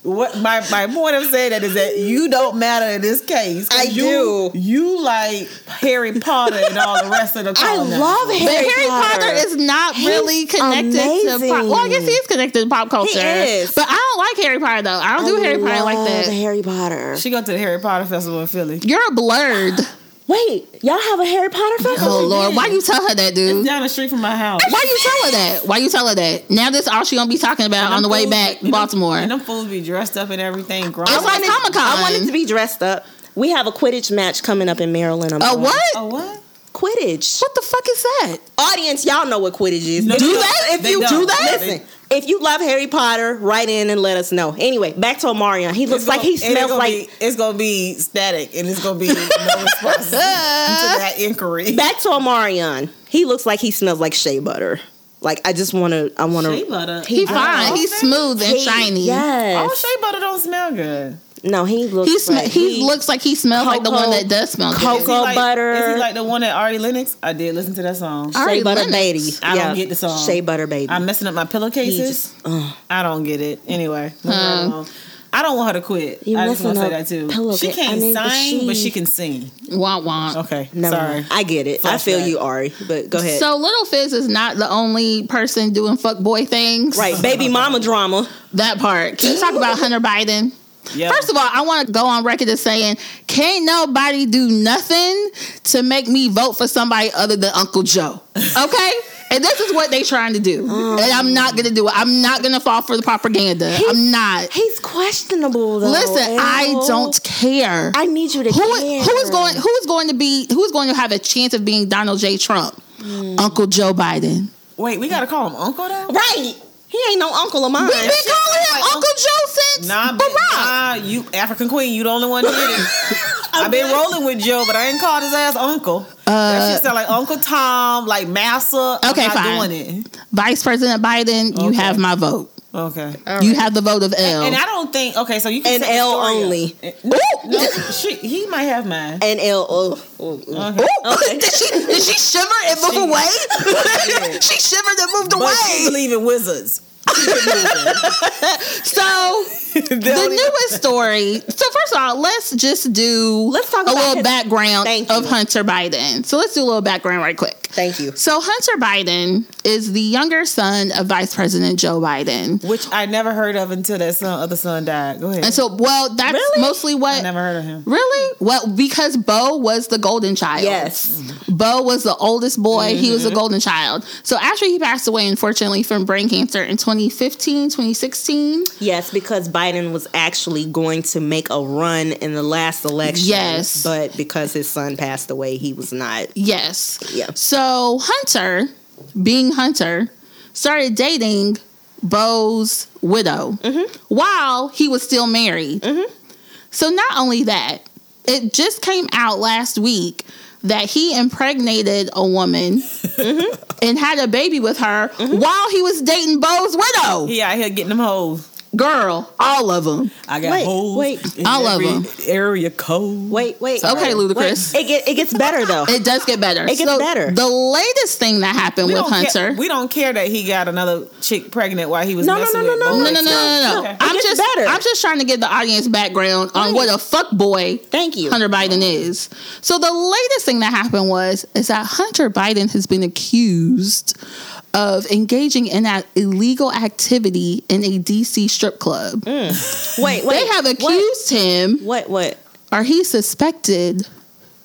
Speaker 4: What my, my point of saying that is that you don't matter in this case. 'cause
Speaker 3: I
Speaker 4: you,
Speaker 3: do.
Speaker 4: You like Harry Potter and all the rest of the.
Speaker 3: I
Speaker 4: colonists.
Speaker 3: love Harry,
Speaker 1: But Harry Potter. is not really connected to
Speaker 3: amazing.
Speaker 1: pop. Well, I guess he is connected to pop culture.
Speaker 3: is.
Speaker 1: But I don't like Harry Potter though. I don't do Harry Potter like
Speaker 3: love
Speaker 1: that.
Speaker 3: Harry Potter.
Speaker 4: She go to the Harry Potter festival in Philly.
Speaker 1: You're a blurred.
Speaker 3: Wait, y'all have a Harry Potter festival?
Speaker 1: oh Lord, why you tell her that, dude?
Speaker 4: Down the street from my house.
Speaker 1: Why you tell her that? Why you tell her that? Now this all she gonna be talking
Speaker 3: Uh,
Speaker 1: about on the way
Speaker 4: fools-
Speaker 1: back Baltimore.
Speaker 4: And them fools be dressed up and everything. Grown.
Speaker 1: It's like Comic
Speaker 3: I wanted to
Speaker 1: Con.
Speaker 3: be dressed up. We have a Quidditch match coming up in Maryland. I'm
Speaker 1: A
Speaker 3: going.
Speaker 1: what?
Speaker 4: oh what?
Speaker 3: Quidditch.
Speaker 1: What the fuck is that?
Speaker 3: Audience, y'all know what Quidditch is.
Speaker 4: No,
Speaker 3: If
Speaker 4: they
Speaker 3: you-
Speaker 4: don't.
Speaker 3: If
Speaker 4: They
Speaker 3: you
Speaker 4: don't.
Speaker 3: do that,
Speaker 4: They-
Speaker 3: listen. If you love Harry Potter, write in and let us know. Anyway, back to Omarion. He looks
Speaker 4: It's
Speaker 3: like
Speaker 4: gonna-
Speaker 3: he
Speaker 4: and it's
Speaker 3: smells
Speaker 4: gonna
Speaker 3: like.
Speaker 4: be- it's gonna be static and it's gonna be no response to that inquiry.
Speaker 3: back to Omarion. He looks like he smells like shea butter. Like I just want to. I want
Speaker 4: Shea
Speaker 3: to.
Speaker 4: butter.
Speaker 1: He
Speaker 4: Oh,
Speaker 1: fine. He's
Speaker 4: okay.
Speaker 1: smooth and shiny.
Speaker 4: Oh,
Speaker 3: Yes.
Speaker 4: shea butter don't smell good.
Speaker 3: No, he looks.
Speaker 1: He sm-
Speaker 3: like
Speaker 1: he looks like he smells like the one
Speaker 3: Cocoa-
Speaker 1: that does smell
Speaker 3: Cocoa-
Speaker 1: good.
Speaker 4: Is he like,
Speaker 3: butter.
Speaker 4: Is he like the one that Ari Lennox? I did listen to that song.
Speaker 1: All
Speaker 3: Shea
Speaker 1: right,
Speaker 3: butter
Speaker 1: Lennox.
Speaker 3: baby.
Speaker 4: I don't get the song.
Speaker 3: Shea butter baby.
Speaker 4: I'm messing up my
Speaker 3: He
Speaker 4: pillowcases.
Speaker 3: just, ugh.
Speaker 4: I don't get it. Anyway, move
Speaker 1: Huh.
Speaker 4: right along. I don't want her to quit.
Speaker 3: You
Speaker 4: I just want to say
Speaker 3: messing up
Speaker 4: that too.
Speaker 3: pillowca-
Speaker 4: She can't
Speaker 3: I mean, but
Speaker 4: sing, but
Speaker 3: she-
Speaker 4: she can sing.
Speaker 1: Wah wah.
Speaker 4: Okay,
Speaker 3: Never
Speaker 4: sorry.
Speaker 3: mind. I get it. I feel
Speaker 4: Flashback.
Speaker 3: you, Ari. But go ahead.
Speaker 1: So Little Fizz is not the only person doing fuckboy things.
Speaker 3: right, baby mama drama.
Speaker 1: That part. Can you talk about Hunter Biden?
Speaker 4: Yeah.
Speaker 1: First of all, I want to go on record as saying, can't nobody do nothing to make me vote for somebody other than Uncle Joe. Okay? and this is what they trying to do.
Speaker 3: Mm.
Speaker 1: And I'm not going to do it. I'm not going to fall for the propaganda. I'm not.
Speaker 3: He's questionable though.
Speaker 1: Listen, I
Speaker 3: Al.
Speaker 1: don't care.
Speaker 3: I need you to.
Speaker 1: who,
Speaker 3: care.
Speaker 1: who is going who is going to be who is going to have a chance of being Donald J. Trump?
Speaker 3: Mm.
Speaker 1: Uncle Joe Biden.
Speaker 4: Wait, we gotta call him Uncle though.
Speaker 3: Right. He ain't no uncle of mine.
Speaker 1: We've been calling him
Speaker 4: like
Speaker 1: Uncle Joe since
Speaker 4: Nah, but,
Speaker 1: Barack.
Speaker 4: nah, you African Queen, you the only one did it. I've been rolling with Joe, but I ain't called his ass Uncle. that shit sound like Uncle Tom, like Massa.
Speaker 1: Uh, Okay,
Speaker 4: I'm not
Speaker 1: fine.
Speaker 4: doing it.
Speaker 1: Vice President Biden, you
Speaker 4: Okay.
Speaker 1: have my vote.
Speaker 4: Okay.
Speaker 1: You have the vote of L.
Speaker 4: And I don't think okay, so you can
Speaker 3: And
Speaker 4: set the
Speaker 3: L
Speaker 4: story up.
Speaker 3: only.
Speaker 4: And- No, no, shit, he might have mine.
Speaker 3: And L. Oh, oh, oh.
Speaker 4: Okay.
Speaker 1: did she did she shiver and move
Speaker 4: She-
Speaker 1: away?
Speaker 4: did.
Speaker 1: she shivered and moved
Speaker 4: But she
Speaker 1: away.
Speaker 4: believe in wizards.
Speaker 1: So the newest story. So first of all, let's just do
Speaker 3: Let's talk
Speaker 1: a
Speaker 3: about
Speaker 1: little
Speaker 3: his-
Speaker 1: background
Speaker 3: Thank
Speaker 1: of
Speaker 3: you.
Speaker 1: Hunter Biden. So let's do a little background right quick.
Speaker 3: Thank you.
Speaker 1: So Hunter Biden is the younger son of Vice President Joe Biden.
Speaker 4: Which I never heard of until that son other son died. Go ahead.
Speaker 1: And so, well, that's
Speaker 3: Really?
Speaker 1: mostly what
Speaker 4: I never heard of him.
Speaker 1: Really? Well, because Bo was the golden child.
Speaker 3: Yes.
Speaker 1: Bo was the oldest boy. He was the golden child. So after he passed away, unfortunately, from brain cancer in 2015, 2016.
Speaker 3: Yes, because Biden was actually going to make a run in the last election.
Speaker 1: Yes.
Speaker 3: But because his son passed away, he was not.
Speaker 1: Yes.
Speaker 3: Yeah.
Speaker 1: So Hunter, being Hunter, started dating Bo's
Speaker 3: Mm-hmm.
Speaker 1: widow while he was still married. So not only that, it just came out last week that he impregnated a woman
Speaker 3: Mm-hmm.
Speaker 1: and had a baby with her while he was dating Bo's widow.
Speaker 4: He out here getting them hoes.
Speaker 1: Girl, all of them.
Speaker 4: I got
Speaker 3: Wait,
Speaker 4: hoes.
Speaker 3: wait.
Speaker 4: in
Speaker 1: I love
Speaker 4: every
Speaker 1: 'em.
Speaker 4: Area code.
Speaker 3: Wait, wait.
Speaker 1: Okay,
Speaker 3: wait,
Speaker 1: Ludacris.
Speaker 3: wait. It get it gets better though.
Speaker 1: It does get better.
Speaker 3: It gets better.
Speaker 1: The latest thing that happened with
Speaker 4: don't
Speaker 1: Hunter.
Speaker 4: Care, we don't care that he got another chick pregnant while he was
Speaker 3: No, no,
Speaker 4: messing
Speaker 3: no,
Speaker 4: with
Speaker 3: no,
Speaker 1: no,
Speaker 4: boys.
Speaker 1: no, no, no, no, no.
Speaker 4: Oh, Okay.
Speaker 1: I'm
Speaker 3: gets
Speaker 1: just
Speaker 3: better.
Speaker 1: I'm just trying to give the audience background on what a fuck boy
Speaker 3: Thank you.
Speaker 1: Hunter Biden is. So the latest thing that happened was is that Hunter Biden has been accused of engaging in that illegal activity in a DC strip club.
Speaker 4: Mm.
Speaker 3: Wait, wait.
Speaker 1: They have accused him
Speaker 3: What? What?
Speaker 1: or he suspected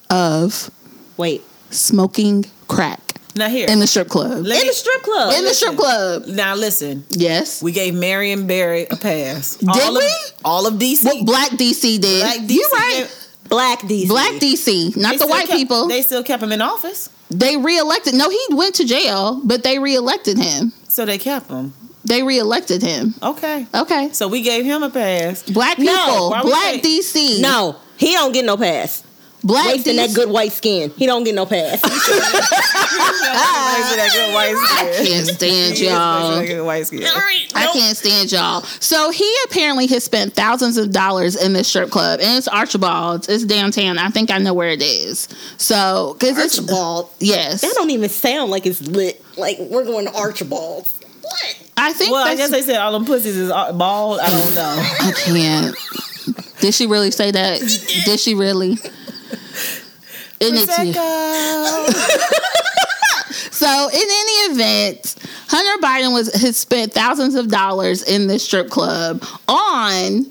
Speaker 1: of
Speaker 3: Wait.
Speaker 1: smoking crack
Speaker 4: Now here.
Speaker 1: in the strip club.
Speaker 4: let
Speaker 3: In
Speaker 4: me-
Speaker 3: the strip club.
Speaker 1: in the strip club.
Speaker 4: now listen.
Speaker 1: Yes.
Speaker 4: We gave Marion Barry a pass. Did all
Speaker 1: we?
Speaker 4: Of, all of DC.
Speaker 1: What Black DC did.
Speaker 4: Black
Speaker 1: You're
Speaker 4: DC
Speaker 1: right.
Speaker 4: gave-
Speaker 3: Black DC.
Speaker 1: Black DC, not the
Speaker 4: they still
Speaker 1: white
Speaker 4: kept-
Speaker 1: people.
Speaker 4: They
Speaker 1: They,
Speaker 4: still kept him in office,
Speaker 1: reelected. No, he went to jail, but they reelected him.
Speaker 4: so they kept him.
Speaker 1: They reelected him.
Speaker 4: Okay.
Speaker 1: Okay.
Speaker 4: So we gave him a pass.
Speaker 1: Black
Speaker 3: No,
Speaker 1: people,
Speaker 4: why we
Speaker 1: black
Speaker 4: say-
Speaker 1: DC,
Speaker 3: No, he don't get no pass.
Speaker 1: black
Speaker 3: Wasting that
Speaker 1: DC.
Speaker 3: good white skin. He don't get no pass.
Speaker 4: Thanks for that good white
Speaker 1: Ah, I
Speaker 4: skin.
Speaker 1: can't stand y'all.
Speaker 4: Thanks for that good white skin.
Speaker 1: I can't stand y'all. So he apparently has spent thousands of dollars in this strip club, and it's Archibald's. It's downtown. I think I know where it is. So because it's
Speaker 3: Archibald.
Speaker 1: yes,
Speaker 3: That don't even sound like it's lit. Like we're going to Archibald's. What?
Speaker 1: I think.
Speaker 4: Well, I guess
Speaker 1: that's,
Speaker 4: they said all them pussies is all- bald. I don't know.
Speaker 1: I can't. Did she really say that? Did she really? In it
Speaker 4: Prosecco.
Speaker 1: So, in any event, Hunter Biden was has spent thousands of dollars in this strip club on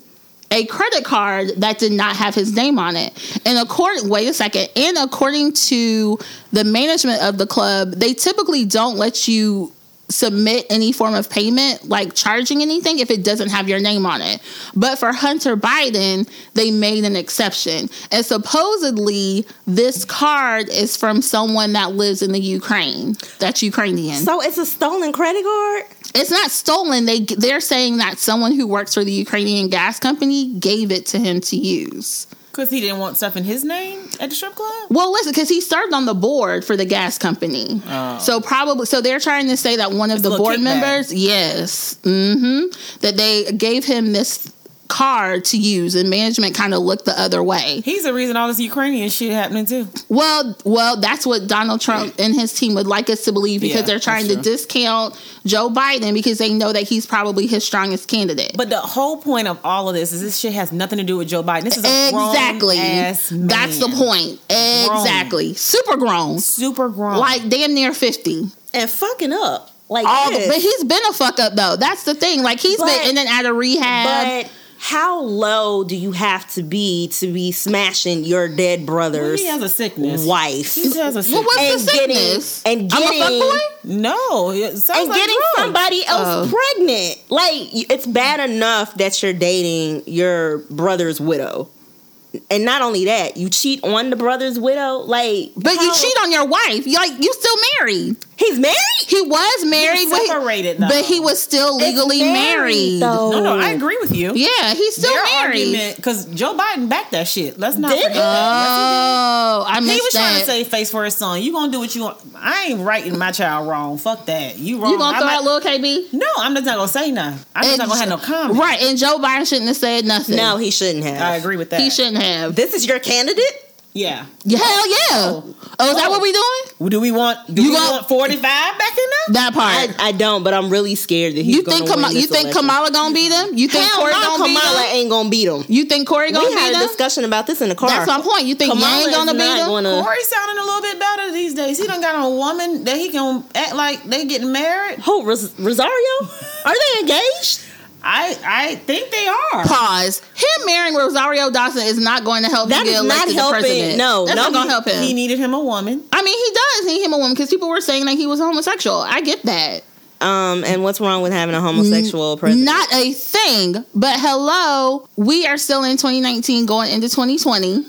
Speaker 1: a credit card that did not have his name on it. And according, wait a second, and according to the management of the club, they typically don't let you submit any form of payment, like charging anything, if it doesn't have your name on it. But for Hunter Biden, they made an exception. And supposedly, this card is from someone that lives in the Ukraine, that's Ukrainian.
Speaker 3: So it's a stolen credit card.
Speaker 1: it's not stolen. They they're saying that someone who works for the Ukrainian gas company gave it to him to use.
Speaker 4: Because he didn't want stuff in his name at the strip club.
Speaker 1: Well, listen, because he served on the board for the gas company, so probably so they're trying to say that one of the
Speaker 4: Oh. little
Speaker 1: board
Speaker 4: kickback.
Speaker 1: members, yes, hmm that they gave him this card to use, and management kind of looked the other way.
Speaker 4: He's the reason all this Ukrainian shit happening too.
Speaker 1: Well, well, that's what Donald Trump and his team would like us to believe because
Speaker 4: Yeah,
Speaker 1: they're trying to
Speaker 4: that's true.
Speaker 1: discount Joe Biden because they know that he's probably his strongest candidate.
Speaker 4: But the whole point of all of this is this shit has nothing to do with Joe Biden. This is a
Speaker 1: Exactly.
Speaker 4: Grown-ass man.
Speaker 1: That's the point. Exactly. Super grown.
Speaker 4: Super grown.
Speaker 1: Like damn near 50.
Speaker 3: and fucking up like
Speaker 1: All the,
Speaker 3: this.
Speaker 1: but he's been a fuck up though. That's the thing. Like he's
Speaker 3: But-
Speaker 1: been in and out of rehab.
Speaker 3: but how low do you have to be to be smashing your dead brother's
Speaker 4: he has a sickness.
Speaker 3: wife
Speaker 4: He has a
Speaker 1: well,
Speaker 4: sickness.
Speaker 1: what's
Speaker 3: and
Speaker 1: the sickness?
Speaker 3: getting- and
Speaker 1: I'm a fuck
Speaker 3: getting-
Speaker 1: boy?
Speaker 4: no, it sounds
Speaker 3: and
Speaker 4: like
Speaker 3: getting
Speaker 4: drugs.
Speaker 3: somebody else pregnant? Like y- it's bad enough that you're dating your brother's widow. And not only that, you cheat on the brother's widow. Like,
Speaker 1: But you
Speaker 3: how-
Speaker 1: cheat on your wife. You like you still married.
Speaker 3: He's married.
Speaker 1: He was married, but-
Speaker 4: separated, though.
Speaker 1: but he was still legally
Speaker 3: It's
Speaker 1: married.
Speaker 3: though.
Speaker 4: No, no, I agree with you.
Speaker 1: Yeah, he's still
Speaker 4: Their
Speaker 1: married.
Speaker 4: argument, because Joe Biden backed that shit. Let's not
Speaker 3: Did
Speaker 4: forget
Speaker 3: he?
Speaker 4: that.
Speaker 1: Oh, I
Speaker 4: Yes,
Speaker 1: missed
Speaker 4: he was trying
Speaker 1: that.
Speaker 4: to save face for his son. You gonna do what you want? I ain't writing my child wrong. Fuck that. You wrong.
Speaker 1: you gonna
Speaker 4: I
Speaker 1: throw
Speaker 4: might-
Speaker 1: out little KB?
Speaker 4: No, I'm just not gonna say nothing. I'm just not gonna have no comment.
Speaker 1: Right, and Joe Biden shouldn't have said nothing.
Speaker 3: No, he shouldn't have.
Speaker 4: I agree with that.
Speaker 1: he shouldn't have.
Speaker 3: This is your candidate.
Speaker 4: Yeah.
Speaker 1: Yeah, Hell yeah! Oh, is that what we doing?
Speaker 4: Well, Do we want? Do
Speaker 1: You
Speaker 4: we
Speaker 1: gon-
Speaker 4: want 45 back in there?
Speaker 1: That part.
Speaker 3: I, I don't, but I'm really scared that he's
Speaker 1: you think
Speaker 3: gonna win
Speaker 1: Kamala? You
Speaker 3: this
Speaker 1: think
Speaker 3: election.
Speaker 1: Kamala gonna beat him? You think
Speaker 3: Hell
Speaker 1: Corey
Speaker 3: no,
Speaker 1: gonna beat
Speaker 3: Kamala
Speaker 1: him?
Speaker 3: ain't gonna beat him.
Speaker 1: You think Corey gonna
Speaker 3: We
Speaker 1: beat
Speaker 3: had a
Speaker 1: him?
Speaker 3: discussion about this in the car.
Speaker 1: That's my point. You think
Speaker 3: Kamala
Speaker 1: Yang
Speaker 3: is
Speaker 1: gonna
Speaker 3: not
Speaker 1: beat him?
Speaker 3: gonna-
Speaker 4: Corey's sounding a little bit better these days. He done got on a woman that he can act like they getting married.
Speaker 3: Who Oh, Ros- Rosario? Are they engaged?
Speaker 4: I I think they are.
Speaker 1: Pause. Him marrying Rosario Dawson is not going to help
Speaker 3: That
Speaker 1: him get
Speaker 3: is not
Speaker 1: elected
Speaker 3: helping.
Speaker 1: president.
Speaker 3: No,
Speaker 1: that's
Speaker 3: no,
Speaker 1: not gonna help him.
Speaker 4: He needed him a woman.
Speaker 1: I mean, he does need him a woman because people were saying that he was homosexual. I get that.
Speaker 3: Um, and what's wrong with having a homosexual president?
Speaker 1: Not a thing. But hello, we are still in 2019 going into 2020.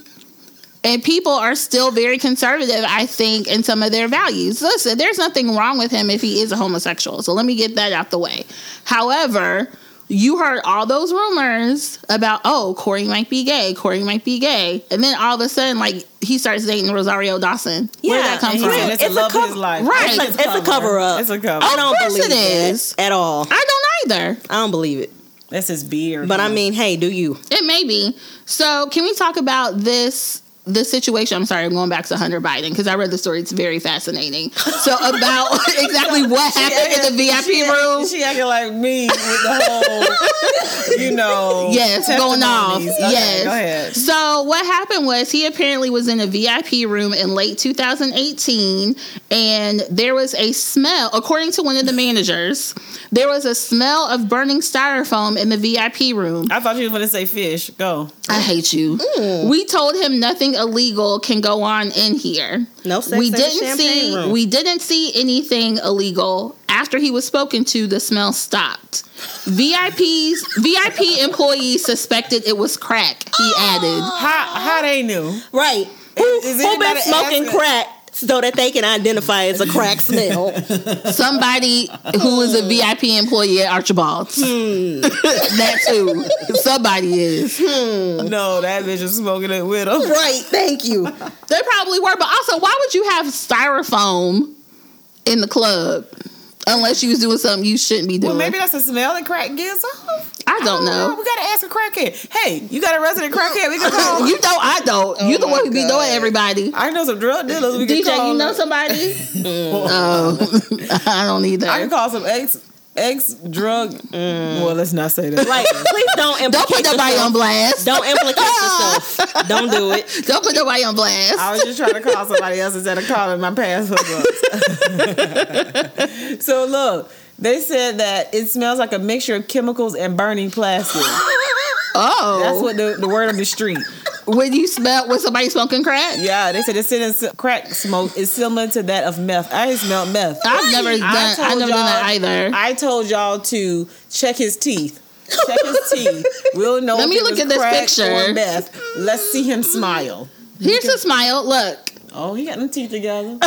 Speaker 1: And people are still very conservative, I think, in some of their values. Listen, there's nothing wrong with him if he is a homosexual. So let me get that out the way. However, you heard all those rumors about, oh, Corey might be gay, Corey might be gay. And then all of a sudden, like, he starts dating Rosario Dawson. Where did that come
Speaker 4: And he
Speaker 1: from?
Speaker 4: said it's,
Speaker 3: It's a
Speaker 4: a love of
Speaker 3: cov-
Speaker 4: his life.
Speaker 1: Right.
Speaker 4: It's, his
Speaker 3: It's a cover-up.
Speaker 4: It's a cover.
Speaker 3: I don't
Speaker 1: course
Speaker 3: believe
Speaker 1: it
Speaker 3: it
Speaker 1: is.
Speaker 3: at all.
Speaker 1: I don't either.
Speaker 3: I don't believe it.
Speaker 1: Oh.
Speaker 4: That's his beard.
Speaker 3: But I mean, hey, do you?
Speaker 1: It may be. So, can we talk about this? The situation, I'm sorry, I'm going back to Hunter Biden because I read the story. It's very fascinating. So, about exactly what happened in the VIP
Speaker 4: she,
Speaker 1: room.
Speaker 4: She acting like me with the whole, you know.
Speaker 1: yes, going off.
Speaker 4: testimonies. Okay,
Speaker 1: yes.
Speaker 4: Go ahead.
Speaker 1: So what happened was he apparently was in a VIP room in late 2018, and there was a smell. According to one of the managers, there was a smell of burning styrofoam in the VIP room.
Speaker 4: I thought you were going to say fish. Go.
Speaker 1: I hate you.
Speaker 3: Mm.
Speaker 1: We told him nothing illegal can go on in here.
Speaker 3: No sex
Speaker 1: we
Speaker 3: in the
Speaker 1: didn't
Speaker 3: champagne
Speaker 1: see
Speaker 3: room.
Speaker 1: we didn't see anything illegal. After he was spoken to, the smell stopped. VIPs VIP employees suspected it was crack. He added.
Speaker 4: How how they knew?
Speaker 3: Right. Who,
Speaker 4: Is- is
Speaker 3: who been
Speaker 4: anybody
Speaker 3: smoking
Speaker 4: asking-
Speaker 3: crack so that they can identify as a crack smell?
Speaker 1: Somebody who is a VIP employee at Archibald's.
Speaker 3: Hmm.
Speaker 1: that too. Somebody is.
Speaker 4: No, that bitch was smoking it with him.
Speaker 3: right. Thank you.
Speaker 1: They probably were, but also, why would you have styrofoam in the club unless you was doing something you shouldn't be doing?
Speaker 4: Well, maybe that's the smell that crack gives off.
Speaker 1: I don't
Speaker 4: Oh,
Speaker 1: know.
Speaker 4: we gotta ask a crackhead. Hey, you got a resident crackhead? We can call.
Speaker 1: You know I don't. you the one who be knowing everybody.
Speaker 4: I know some drug dealers. We can
Speaker 1: DJ,
Speaker 4: call
Speaker 1: you know somebody? oh, I don't either.
Speaker 4: I can call some ex ex drug.
Speaker 1: Mm.
Speaker 4: Well, let's not say that.
Speaker 3: Like, please don't
Speaker 1: don't
Speaker 3: implicate
Speaker 1: put nobody
Speaker 3: yourself.
Speaker 1: on blast.
Speaker 3: Don't implicate yourself. Don't do it.
Speaker 1: Don't put nobody on blast.
Speaker 4: I was just trying to call somebody else instead of calling my past hookups. so look, they said that it smells like a mixture of chemicals and burning plastic.
Speaker 1: Oh,
Speaker 4: That's what the, the word on the street.
Speaker 1: when you smell when somebody smoking crack.
Speaker 4: Yeah, they said the sentence crack smoke is similar to that of meth. I smelled meth.
Speaker 1: I've never done. I've
Speaker 4: told
Speaker 1: never done that
Speaker 4: y'all-
Speaker 1: either.
Speaker 4: I told y'all to check his teeth. Check his teeth. We'll know.
Speaker 1: Let
Speaker 4: if
Speaker 1: me
Speaker 4: it
Speaker 1: look
Speaker 4: was
Speaker 1: at this
Speaker 4: crack
Speaker 1: picture.
Speaker 4: Or meth. Let's see him smile.
Speaker 1: Here's a smile. Look.
Speaker 4: Oh, he got them teeth together.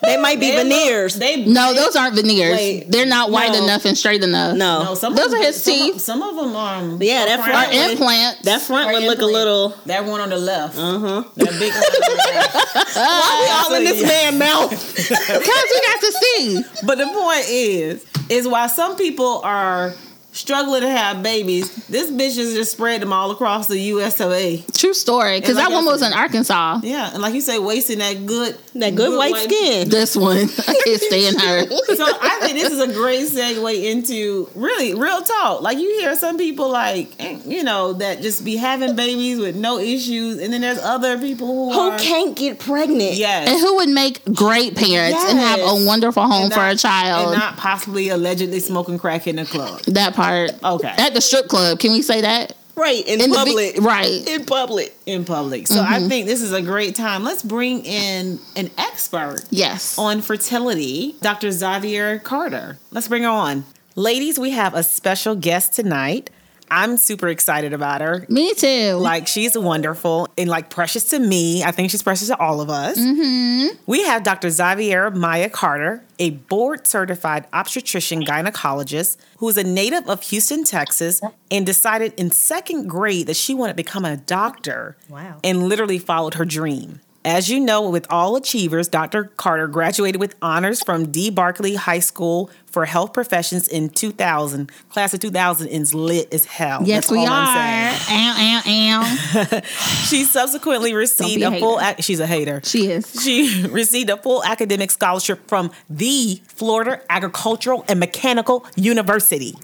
Speaker 3: They might be
Speaker 4: They look-
Speaker 3: veneers.
Speaker 4: They
Speaker 1: No, those aren't veneers.
Speaker 3: Wait.
Speaker 1: They're not white
Speaker 3: No.
Speaker 1: enough and straight enough.
Speaker 3: no.
Speaker 4: No, some
Speaker 1: Those
Speaker 4: of them-
Speaker 1: are his
Speaker 4: some of-
Speaker 1: teeth.
Speaker 4: Some of them are.
Speaker 3: Yeah, that
Speaker 4: are
Speaker 3: front-
Speaker 4: brown.
Speaker 1: Are implants.
Speaker 3: that front one look a
Speaker 4: Implant.
Speaker 3: little.
Speaker 4: That one on the left. Uh
Speaker 1: Uh-huh.
Speaker 4: huh. That big one. on the left.
Speaker 3: all in this man mouth.
Speaker 1: because Uh. we got to see.
Speaker 4: But the point is, is why some people are struggling to have babies. This bitch is just spread them all across the U.S. of A.
Speaker 1: True story. Because
Speaker 4: And like
Speaker 1: that
Speaker 4: I
Speaker 1: one was in
Speaker 4: said-
Speaker 1: Arkansas.
Speaker 4: Yeah, and like you say, wasting that good,
Speaker 3: That good white skin.
Speaker 1: This one, I can't stand her.
Speaker 4: So I think this is a great segue into really real talk. Like you hear some people like eh, you know that just be having babies with no issues, and then there's other people who
Speaker 3: Who
Speaker 4: are,
Speaker 3: can't get pregnant?
Speaker 4: yes.
Speaker 1: And who would make great parents and have
Speaker 3: Yes.
Speaker 1: a wonderful home
Speaker 4: And
Speaker 1: for
Speaker 4: not-
Speaker 1: a child?
Speaker 4: and not possibly allegedly smoking crack in the club.
Speaker 1: that part.
Speaker 4: Okay.
Speaker 1: At the strip club. Can we say that?
Speaker 3: Right in,
Speaker 1: the big-
Speaker 3: public.
Speaker 1: right. Mm-hmm.
Speaker 3: In public.
Speaker 4: in public. So I think this is a great time. Let's bring in an expert
Speaker 1: Yes.
Speaker 4: on fertility, Dr. Xavier Carter. Let's bring her on. Ladies, we have a special guest tonight. I'm super excited about her.
Speaker 1: Me too.
Speaker 4: Like she's wonderful and like precious to me. I think she's precious to all of us.
Speaker 1: Mm-hmm.
Speaker 4: We have Dr. Xavier Maya Carter, a board certified obstetrician gynecologist who is a native of Houston, Texas, and decided in second grade that she wanted to become a doctor.
Speaker 3: Wow.
Speaker 4: And literally followed her dream. As you know, with all achievers, Dr. Carter graduated with honors from D. Barkley High School for Health Professions in 2000. Class of 2000 is lit as hell.
Speaker 1: yes,
Speaker 4: That's
Speaker 1: we
Speaker 4: all
Speaker 1: are.
Speaker 4: I'm saying.
Speaker 1: Ow, ow, ow.
Speaker 4: She subsequently received
Speaker 1: be a
Speaker 4: a, full.
Speaker 1: hater.
Speaker 4: Ac- she's a hater.
Speaker 1: She is.
Speaker 4: She received a full academic scholarship from the Florida Agricultural and Mechanical University.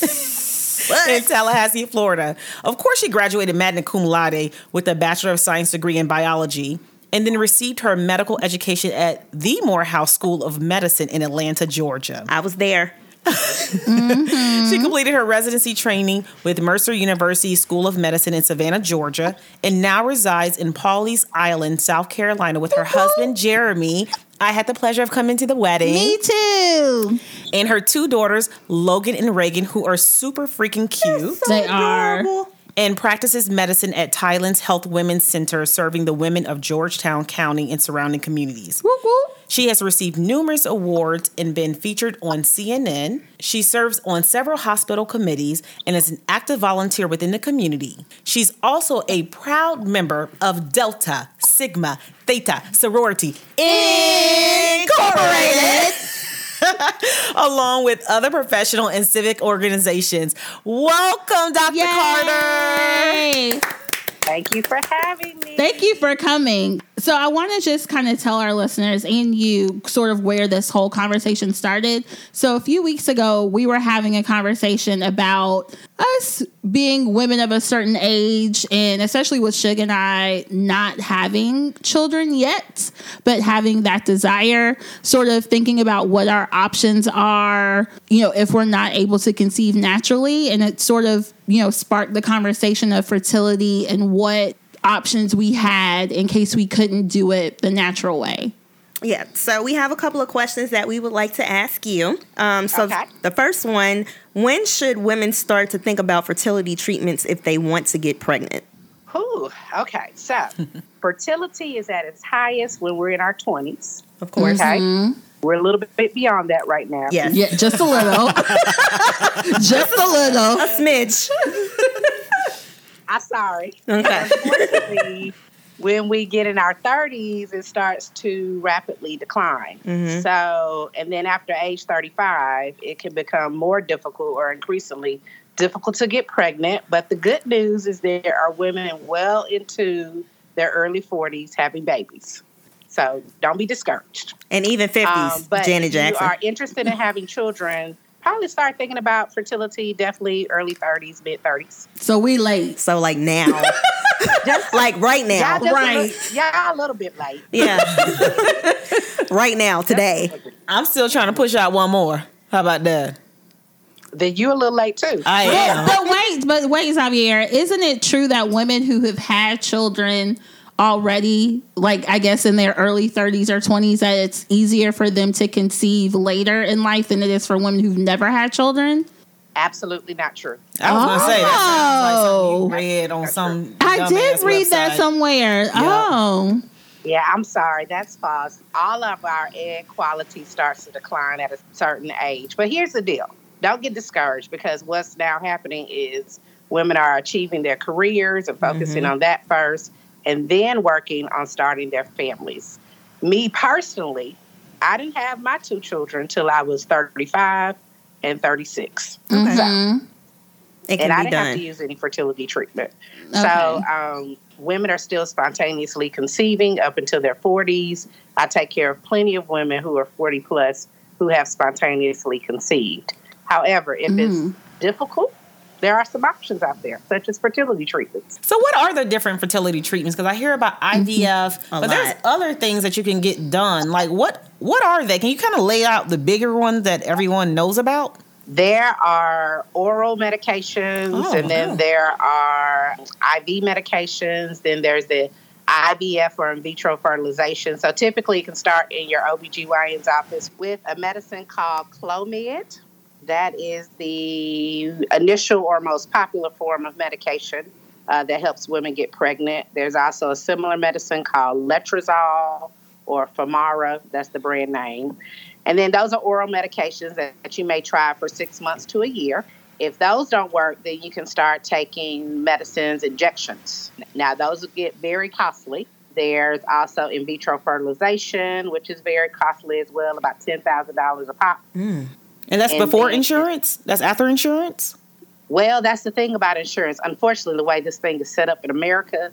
Speaker 4: In Tallahassee, Florida. Of course, she graduated magna cum laude with a Bachelor of Science degree in biology and then received her medical education at the Morehouse School of Medicine in Atlanta, Georgia.
Speaker 3: I was there.
Speaker 4: She completed her residency training with Mercer University School of Medicine in Savannah, Georgia, and now resides in Pawleys Island, South Carolina, with her husband, Jeremy. I had the pleasure of coming to the wedding.
Speaker 1: Me too.
Speaker 4: And her two daughters, Logan and Reagan, who are super freaking cute.
Speaker 1: They are.
Speaker 4: And practices medicine at Thailand's Health Women's Center, serving the women of Georgetown County and surrounding communities.
Speaker 1: Whoop, whoop.
Speaker 4: She has received numerous awards and been featured on CNN. She serves on several hospital committees and is an active volunteer within the community. She's also a proud member of Delta Sigma Theta Sorority Incorporated. Along with other professional and civic organizations. Welcome, Dr. Carter.
Speaker 1: Yay.
Speaker 5: Thank you for having me.
Speaker 1: Thank you for coming. So, I want to just kind of tell our listeners and you sort of where this whole conversation started. So, a few weeks ago, we were having a conversation about us being women of a certain age, and especially with Suge and I not having children yet, but having that desire, sort of thinking about what our options are, you know, if we're not able to conceive naturally. And it sort of, you know, sparked the conversation of fertility and what options we had in case we couldn't do it the natural way.
Speaker 3: Yeah, so we have a couple of questions that we would like to ask you. Um, so
Speaker 5: Okay.
Speaker 3: the first one when should women start to think about fertility treatments if they want to get pregnant?
Speaker 5: Ooh, okay. So, fertility is at its highest when we're in our 20s.
Speaker 3: Of course.
Speaker 5: Okay. We're a little bit beyond that right now.
Speaker 3: Yes.
Speaker 1: Yeah, just a little. just a little.
Speaker 3: Smidge.
Speaker 5: I'm sorry.
Speaker 3: Okay.
Speaker 5: Unfortunately, when we get in our 30s, it starts to rapidly decline.
Speaker 3: Mhm.
Speaker 5: So, and then after age 35, it can become more difficult or increasingly difficult to get pregnant. But the good news is there are women well into their early 40s having babies. So don't be discouraged.
Speaker 3: And even 50s,
Speaker 5: Um, but
Speaker 3: Janet
Speaker 5: if
Speaker 3: Jackson.
Speaker 5: you are interested in having children, probably start thinking about fertility definitely early 30s, mid 30s.
Speaker 1: So we late.
Speaker 3: so, like now, like right now,
Speaker 5: y'all, just
Speaker 1: right.
Speaker 5: A little, y'all a little bit late.
Speaker 3: yeah, right now, today.
Speaker 4: I'm still trying to push out one more. How about that?
Speaker 5: Then you a little late too.
Speaker 4: I am.
Speaker 1: But wait, but wait, Xavier, isn't it true that women who have had children already, like I guess in their early 30s or 20s, that it's easier for them to conceive later in life than it is for women who've never had children?
Speaker 5: Absolutely not true.
Speaker 4: I was gonna say that sounds
Speaker 1: Oh.
Speaker 4: like something you read on some.
Speaker 1: I did
Speaker 4: dumbass
Speaker 1: read that
Speaker 4: website.
Speaker 1: somewhere. Oh.
Speaker 5: Yeah, I'm sorry. That's false. All of our egg quality starts to decline at a certain age. But here's the deal don't get discouraged because what's now happening is women are achieving their careers and focusing on that first and then working on starting their families. Me personally, I didn't have my two children till I was 35 and 36.
Speaker 1: Mhm.
Speaker 3: It can
Speaker 5: and I
Speaker 3: be
Speaker 5: didn't
Speaker 3: done.
Speaker 5: have to use any fertility treatment. So
Speaker 1: Okay.
Speaker 5: um, women are still spontaneously conceiving up until their 40s. I take care of plenty of women who are 40 plus who have spontaneously conceived. However, if
Speaker 1: Mm.
Speaker 5: it's difficult, there are some options out there, such as fertility treatments.
Speaker 4: So, what are the different fertility treatments? Because I hear about
Speaker 1: Mm-hmm.
Speaker 4: IVF, but there's
Speaker 3: lot.
Speaker 4: other things that you can get done. Like what? What are they? Can you kind of lay out the bigger ones that everyone knows about?
Speaker 5: There are oral medications,
Speaker 4: Oh,
Speaker 5: and then
Speaker 4: wow.
Speaker 5: there are IV medications. Then there's the IVF or in vitro fertilization. So typically, it can start in your OBGYN's office with a medicine called Clomid. That is the initial or most popular form of medication uh, that helps women get pregnant. There's also a similar medicine called Letrozole or Femara. That's the brand name. And then those are oral medications that, that you may try for six months to a year. If those don't work, then you can start taking medicines, injections. Now, those get very costly. There's also in vitro fertilization, which is very costly as well, about $10,000 a pop.
Speaker 4: And that's
Speaker 5: And
Speaker 4: before
Speaker 5: then-
Speaker 4: insurance. That's after insurance.
Speaker 5: Well, that's the thing about insurance. Unfortunately, the way this thing is set up in America,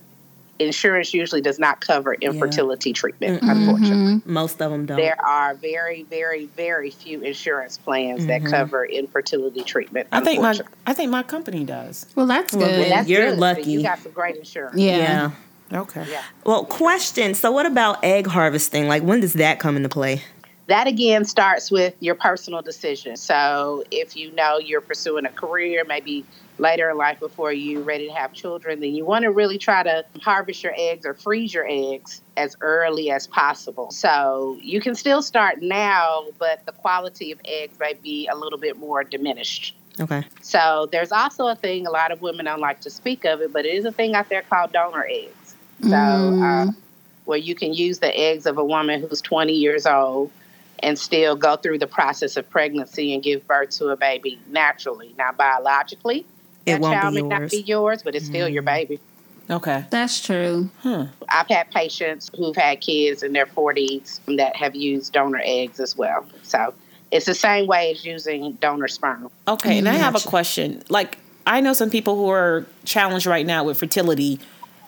Speaker 5: insurance usually does not cover infertility treatment, unfortunately.
Speaker 3: Most of them don't.
Speaker 5: There are very, very, very few insurance plans that cover infertility treatment.
Speaker 4: I think my
Speaker 5: unfortunately.
Speaker 4: I think my company does.
Speaker 1: Well, that's
Speaker 3: Well,
Speaker 1: good.
Speaker 3: then
Speaker 5: That's
Speaker 3: You're
Speaker 5: good, so
Speaker 3: lucky.
Speaker 5: You got some great insurance.
Speaker 1: yeah.
Speaker 3: yeah.
Speaker 4: Okay.
Speaker 5: Yeah.
Speaker 3: Well, question. So, what about egg harvesting? Like, when does that come into play?
Speaker 5: That again starts with your personal decision. So if you know you're pursuing a career, maybe later in life before you're ready to have children, then you want to really try to harvest your eggs or freeze your eggs as early as possible. So you can still start now, but the quality of eggs may be a little bit more diminished.
Speaker 3: Okay.
Speaker 5: So there's also a thing, a
Speaker 6: Mm.
Speaker 5: lot of women don't like to speak of it, but it is a thing out there called donor eggs. So uh, where you can use the eggs of a woman who's 20 years old and still go through the process of pregnancy and give birth to a baby naturally, not biologically.
Speaker 6: It
Speaker 5: that
Speaker 6: won't
Speaker 5: child
Speaker 6: be
Speaker 5: may not
Speaker 6: yours. Mm.
Speaker 5: be yours, but it's still your baby.
Speaker 4: Okay.
Speaker 1: That's true.
Speaker 5: I've had patients who've had kids in their 40s that have used donor eggs as well. So it's the same way as using donor sperm.
Speaker 4: Okay, and I have a question. Like, I know some people who are challenged right now with fertility.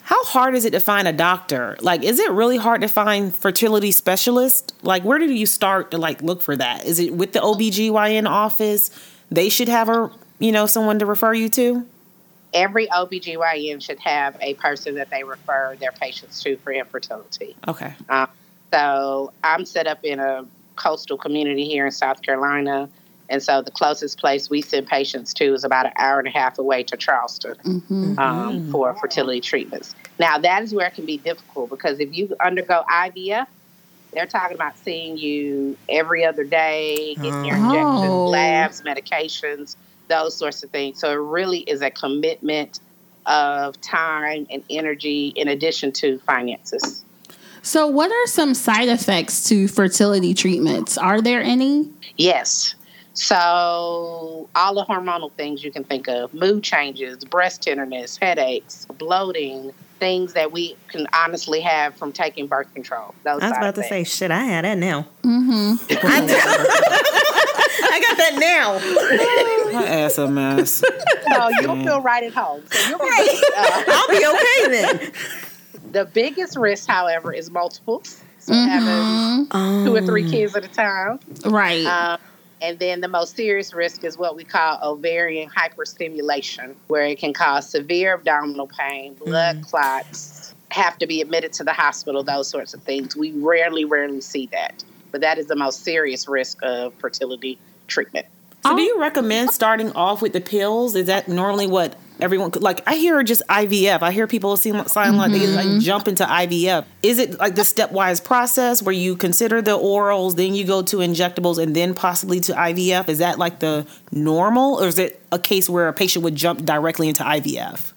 Speaker 4: How hard is it to find a doctor? Like, is it really hard to find fertility specialist? Like, where do you start to like look for that? Is it with the OBGYN office? They should have a you know someone to refer you to.
Speaker 5: Every OBGYN should have a person that they refer their patients to for infertility.
Speaker 4: Okay.
Speaker 5: Um, so I'm set up in a coastal community here in South Carolina. And so the closest place we send patients to is about an hour and a half away to Charleston
Speaker 1: Mm-hmm.
Speaker 5: um, for fertility treatments. Now, that is where it can be difficult because if you undergo IVF, they're talking about seeing you every other day, getting your injections,
Speaker 1: Oh.
Speaker 5: labs, medications, those sorts of things. So it really is a commitment of time and energy in addition to finances.
Speaker 1: So, what are some side effects to fertility treatments? Are there any?
Speaker 5: Yes. So all the hormonal things you can think of, mood changes, breast tenderness, headaches, bloating, things that we can honestly have from taking birth control. Those
Speaker 6: I was
Speaker 5: side
Speaker 6: about to say,
Speaker 5: effects.
Speaker 6: shit, I had that now.
Speaker 3: I got that now.
Speaker 4: My ass a mess.
Speaker 5: so you'll feel right at home. So you'll be good. Uh,
Speaker 6: I'll be okay then.
Speaker 5: the biggest risk, however, is multiples. So having
Speaker 6: Mm-hmm.
Speaker 5: two or
Speaker 6: Oh.
Speaker 5: three kids at a time.
Speaker 1: Right.
Speaker 5: Um, and then the most serious risk is what we call ovarian hyperstimulation, where it can cause severe abdominal pain, blood clots, have to be admitted to the hospital, those sorts of things. We rarely, rarely see that. But that is the most serious risk of fertility treatment.
Speaker 4: So,
Speaker 6: Um,
Speaker 4: do you recommend starting off with the pills? Is that normally what everyone could like? I hear just IVF. I hear people seem sign like they
Speaker 6: Mm-hmm.
Speaker 4: like jump into IVF. Is it like the stepwise process where you consider the orals, then you go to injectables, and then possibly to IVF? Is that like the normal, or is it a case where a patient would jump directly into IVF?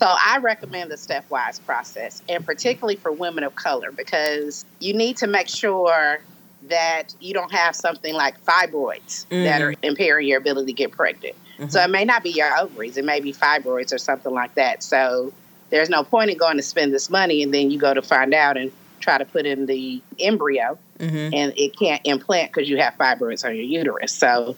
Speaker 5: So I recommend the stepwise process, and particularly for women of color, because you need to make sure that you don't have something like fibroids that are impairing your ability to get pregnant. So it may not be your ovaries, it may be fibroids or something like that. So there's no point in going to spend this money and then you go to find out and try to put in the embryo
Speaker 6: Mm-hmm.
Speaker 5: and it can't implant because you have fibroids on your uterus. So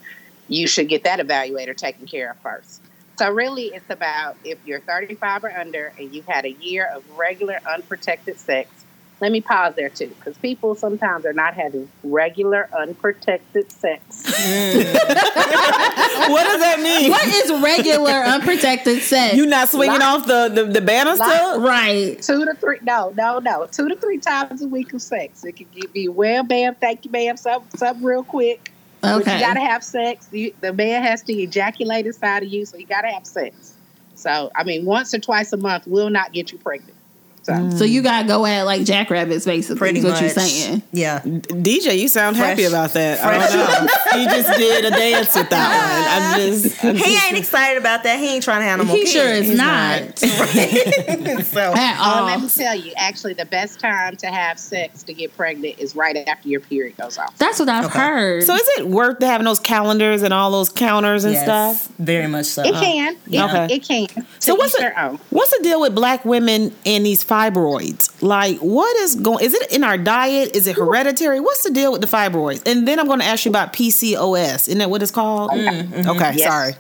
Speaker 5: you should get that evaluator taken care of first. So really, it's about if you're 35 or under and you've had a year of regular unprotected sex. Let me pause there too, because people sometimes are not having regular unprotected sex.
Speaker 4: what does that mean?
Speaker 1: what is regular unprotected sex?
Speaker 4: You not swinging off the the, the banister?
Speaker 1: right.
Speaker 5: two to three, no, no, no, two to three times a week of sex. It can give you well, bam, thank you, ma'am, something, something real quick. But
Speaker 1: Okay.
Speaker 5: you gotta have sex. You, the man has to ejaculate inside of you, so you gotta have sex. So I mean, once or twice a month will not get you pregnant. So.
Speaker 1: so you gotta go at like jackrabbits, basically.
Speaker 6: Pretty
Speaker 1: is what
Speaker 6: much.
Speaker 1: you're saying.
Speaker 6: Yeah.
Speaker 4: DJ, you sound happy about that.
Speaker 6: fresh.
Speaker 4: I don't know. you just did a dance with that one. I'm just. I'm
Speaker 6: He ain't excited about that. He ain't trying to have no more
Speaker 1: He sure
Speaker 6: kids.
Speaker 1: is not,
Speaker 6: so
Speaker 1: at
Speaker 5: Oh, let
Speaker 1: all.
Speaker 5: me tell you, actually, the best time to have sex to get pregnant is right after your period goes off.
Speaker 1: That's what I've heard.
Speaker 4: So is it worth having those calendars and all those counters and
Speaker 6: yes,
Speaker 4: stuff?
Speaker 6: very much so.
Speaker 5: It can. It,
Speaker 4: Uh-huh. Okay.
Speaker 5: it can.
Speaker 4: So
Speaker 5: To
Speaker 4: what's
Speaker 5: each
Speaker 4: the
Speaker 5: their own.
Speaker 4: what's the deal with black women and these fibroids? Like, what is going? Is it in our diet? Is it hereditary? What's the deal with the fibroids? And then I'm going to ask you about PCOS. Isn't that what it's called? Okay,
Speaker 5: Mm-hmm. Yes.
Speaker 4: sorry,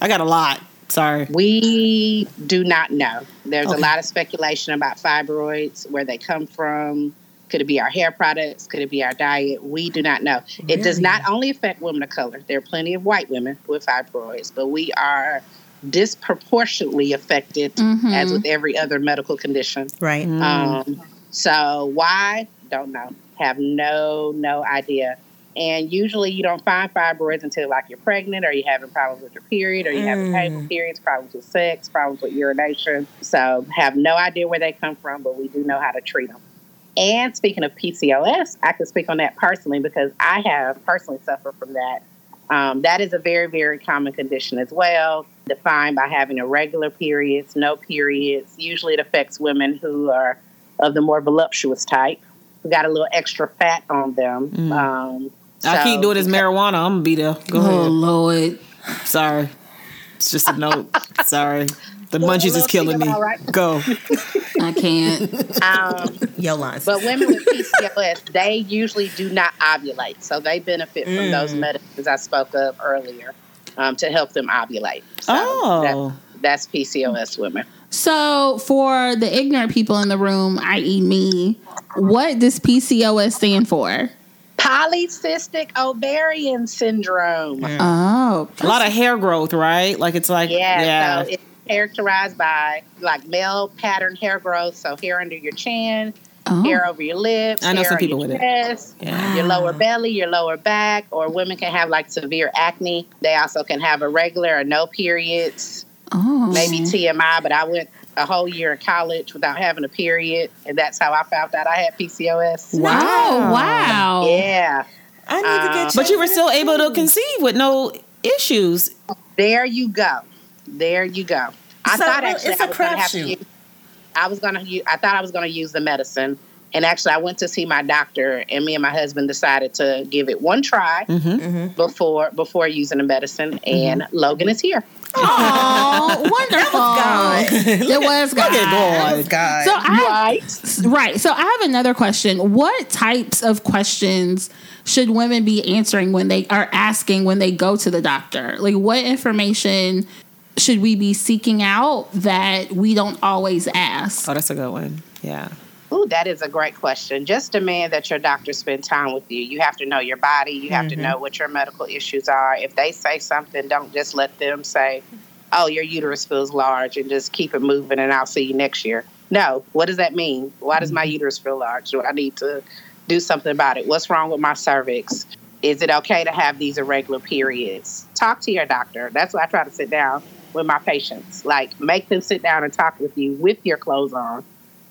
Speaker 4: I got a lot. Sorry.
Speaker 5: We do not know. There's
Speaker 4: Okay.
Speaker 5: a lot of speculation about fibroids, where they come from. Could it be our hair products? Could it be our diet? We do not know. It does not only affect women of color. There are plenty of white women with fibroids, but we are disproportionately affected,
Speaker 1: Mm-hmm.
Speaker 5: as with every other medical condition.
Speaker 6: Right.
Speaker 5: Um, so why? Don't know. Have no no idea. And usually you don't find fibroids until like you're pregnant or you're having problems with your period or you're having painful periods, problems with sex, problems with urination. So have no idea where they come from, but we do know how to treat them. And speaking of PCOS, I can speak on that personally because I have personally suffered from that. Um, that is a very, very common condition as well, defined by having irregular periods, no periods. Usually it affects women who are of the more voluptuous type who got a little extra fat on them. Um,
Speaker 4: Mm. I
Speaker 5: so- Mm-hmm.
Speaker 4: keep doing this marijuana. I'm gonna be there. Go
Speaker 1: Oh
Speaker 4: ahead.
Speaker 1: Lord.
Speaker 4: Sorry. It's just a note. Sorry. The munchies is killing me.
Speaker 5: about right.
Speaker 4: Go.
Speaker 1: I can't.
Speaker 5: Um,
Speaker 6: Your lines.
Speaker 5: But women with PCOS, they usually do not ovulate, so they benefit from those
Speaker 4: Mm.
Speaker 5: medicines I spoke of earlier um, to help them ovulate. So
Speaker 4: Oh.
Speaker 5: that- that's PCOS women.
Speaker 1: So for the ignorant people in the room, i.e. me, what does PCOS stand for?
Speaker 5: Polycystic ovarian syndrome.
Speaker 1: Oh.
Speaker 4: A lot of hair growth, right? Like it's like
Speaker 5: Yeah,
Speaker 4: yeah.
Speaker 5: so it's characterized by like male pattern hair growth, so hair under your chin, hair
Speaker 1: Oh.
Speaker 5: over your lips,
Speaker 4: I know
Speaker 5: hair
Speaker 4: some
Speaker 5: on
Speaker 4: people
Speaker 5: your
Speaker 4: with it.
Speaker 5: chest,
Speaker 4: Yeah.
Speaker 5: your lower belly, your lower back, or women can have like severe acne. They also can have irregular or no periods.
Speaker 1: Oh.
Speaker 5: maybe
Speaker 4: Mm-hmm.
Speaker 5: TMI, but I went a whole year in college without having a period, and that's how I found out I had PCOS.
Speaker 1: Wow. Oh, wow.
Speaker 5: Yeah,
Speaker 6: I need to get.
Speaker 4: But you were still able to conceive with no issues.
Speaker 5: there you go, there you go. I
Speaker 6: So,
Speaker 5: thought
Speaker 6: well,
Speaker 5: actually
Speaker 6: it's
Speaker 5: I
Speaker 6: a
Speaker 5: was going to have to.
Speaker 6: crapshoot.
Speaker 5: Use, I was going to. Use, I thought I was going to use the medicine, and actually I went to see my doctor, and me and my husband decided to give it one try
Speaker 6: Mm-hmm.
Speaker 5: before before using the medicine. And Logan is here.
Speaker 1: Oh, wonderful. It was God.
Speaker 5: Oh,
Speaker 4: God.
Speaker 6: God.
Speaker 1: So I right. So I have another question. What types of questions should women be answering when they are asking when they go to the doctor? Like what information should we be seeking out that we don't always ask?
Speaker 4: Oh, that's a good one. Yeah.
Speaker 5: Ooh, that is a great question. Just demand that your doctor spend time with you. You have to know your body. You have to know what your medical issues are. If they say something, don't just let them say, "Oh, your uterus feels large," and just keep it moving, and I'll see you next year. No, what does that mean? Why does my uterus feel large? Do I need to do something about it? What's wrong with my cervix? Is it okay to have these irregular periods? Talk to your doctor. That's why I try to sit down with my patients. Like, make them sit down and talk with you with your clothes on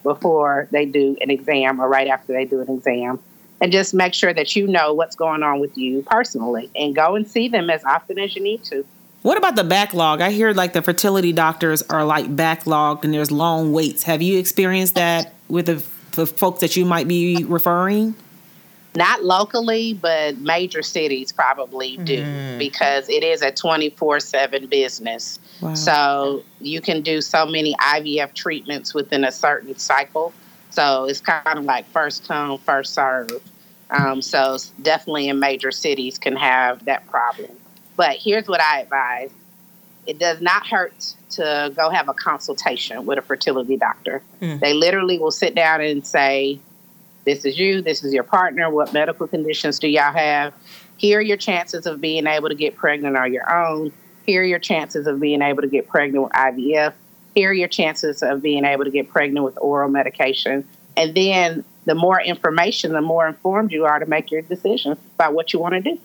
Speaker 5: before they do an exam or right after they do an exam. And just make sure that you know what's going on with you personally and go and see them as often as you need to.
Speaker 4: What about the backlog? I hear like the fertility doctors are like backlogged and there's long waits. Have you experienced that with the, the folks that you might be referring?
Speaker 5: Not locally, but major cities probably do because it is a 24 7 business.
Speaker 4: Wow.
Speaker 5: So you can do so many IVF treatments within a certain cycle. So it's kind of like first come, first serve. Um, so s- definitely in major cities can have that problem. But here's what I advise it does not hurt to go have a consultation with a fertility doctor. They literally will sit down and say, This is you, this is your partner, what medical conditions do y'all have? Here are your chances of being able to get pregnant on your own. Here are your chances of being able to get pregnant with IVF. Here are your chances of being able to get pregnant with oral medication. And then the more information, the more informed you are to make your decision about what you want to do.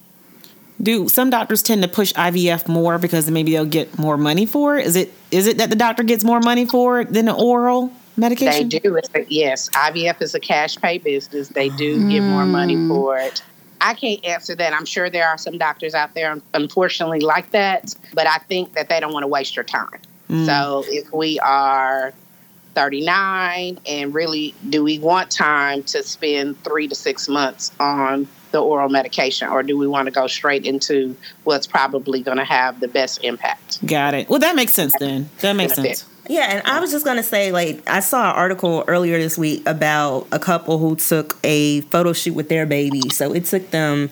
Speaker 4: Do some doctors tend to push IVF more because maybe they'll get more money for it? Is it is it that the doctor gets more money for it than the oral
Speaker 5: They
Speaker 4: medication?
Speaker 5: do. It's a- Yes, IVF is a cash pay business. They do get more
Speaker 4: Mm.
Speaker 5: money for it. I can't answer that. I'm sure there are some doctors out there, unfortunately, like that, but I think that they don't want to waste your time.
Speaker 4: Mm.
Speaker 5: So if we are 39 and really do we want time to spend three to six months on the oral medication or do we want to go straight into what's probably going to have the best impact?
Speaker 4: Got it. Well, that makes sense then. That makes
Speaker 5: Benefit.
Speaker 4: sense.
Speaker 6: Yeah, and I was just gonna say, like, I saw an article earlier this week about a couple who took a photo shoot with their baby. So it took them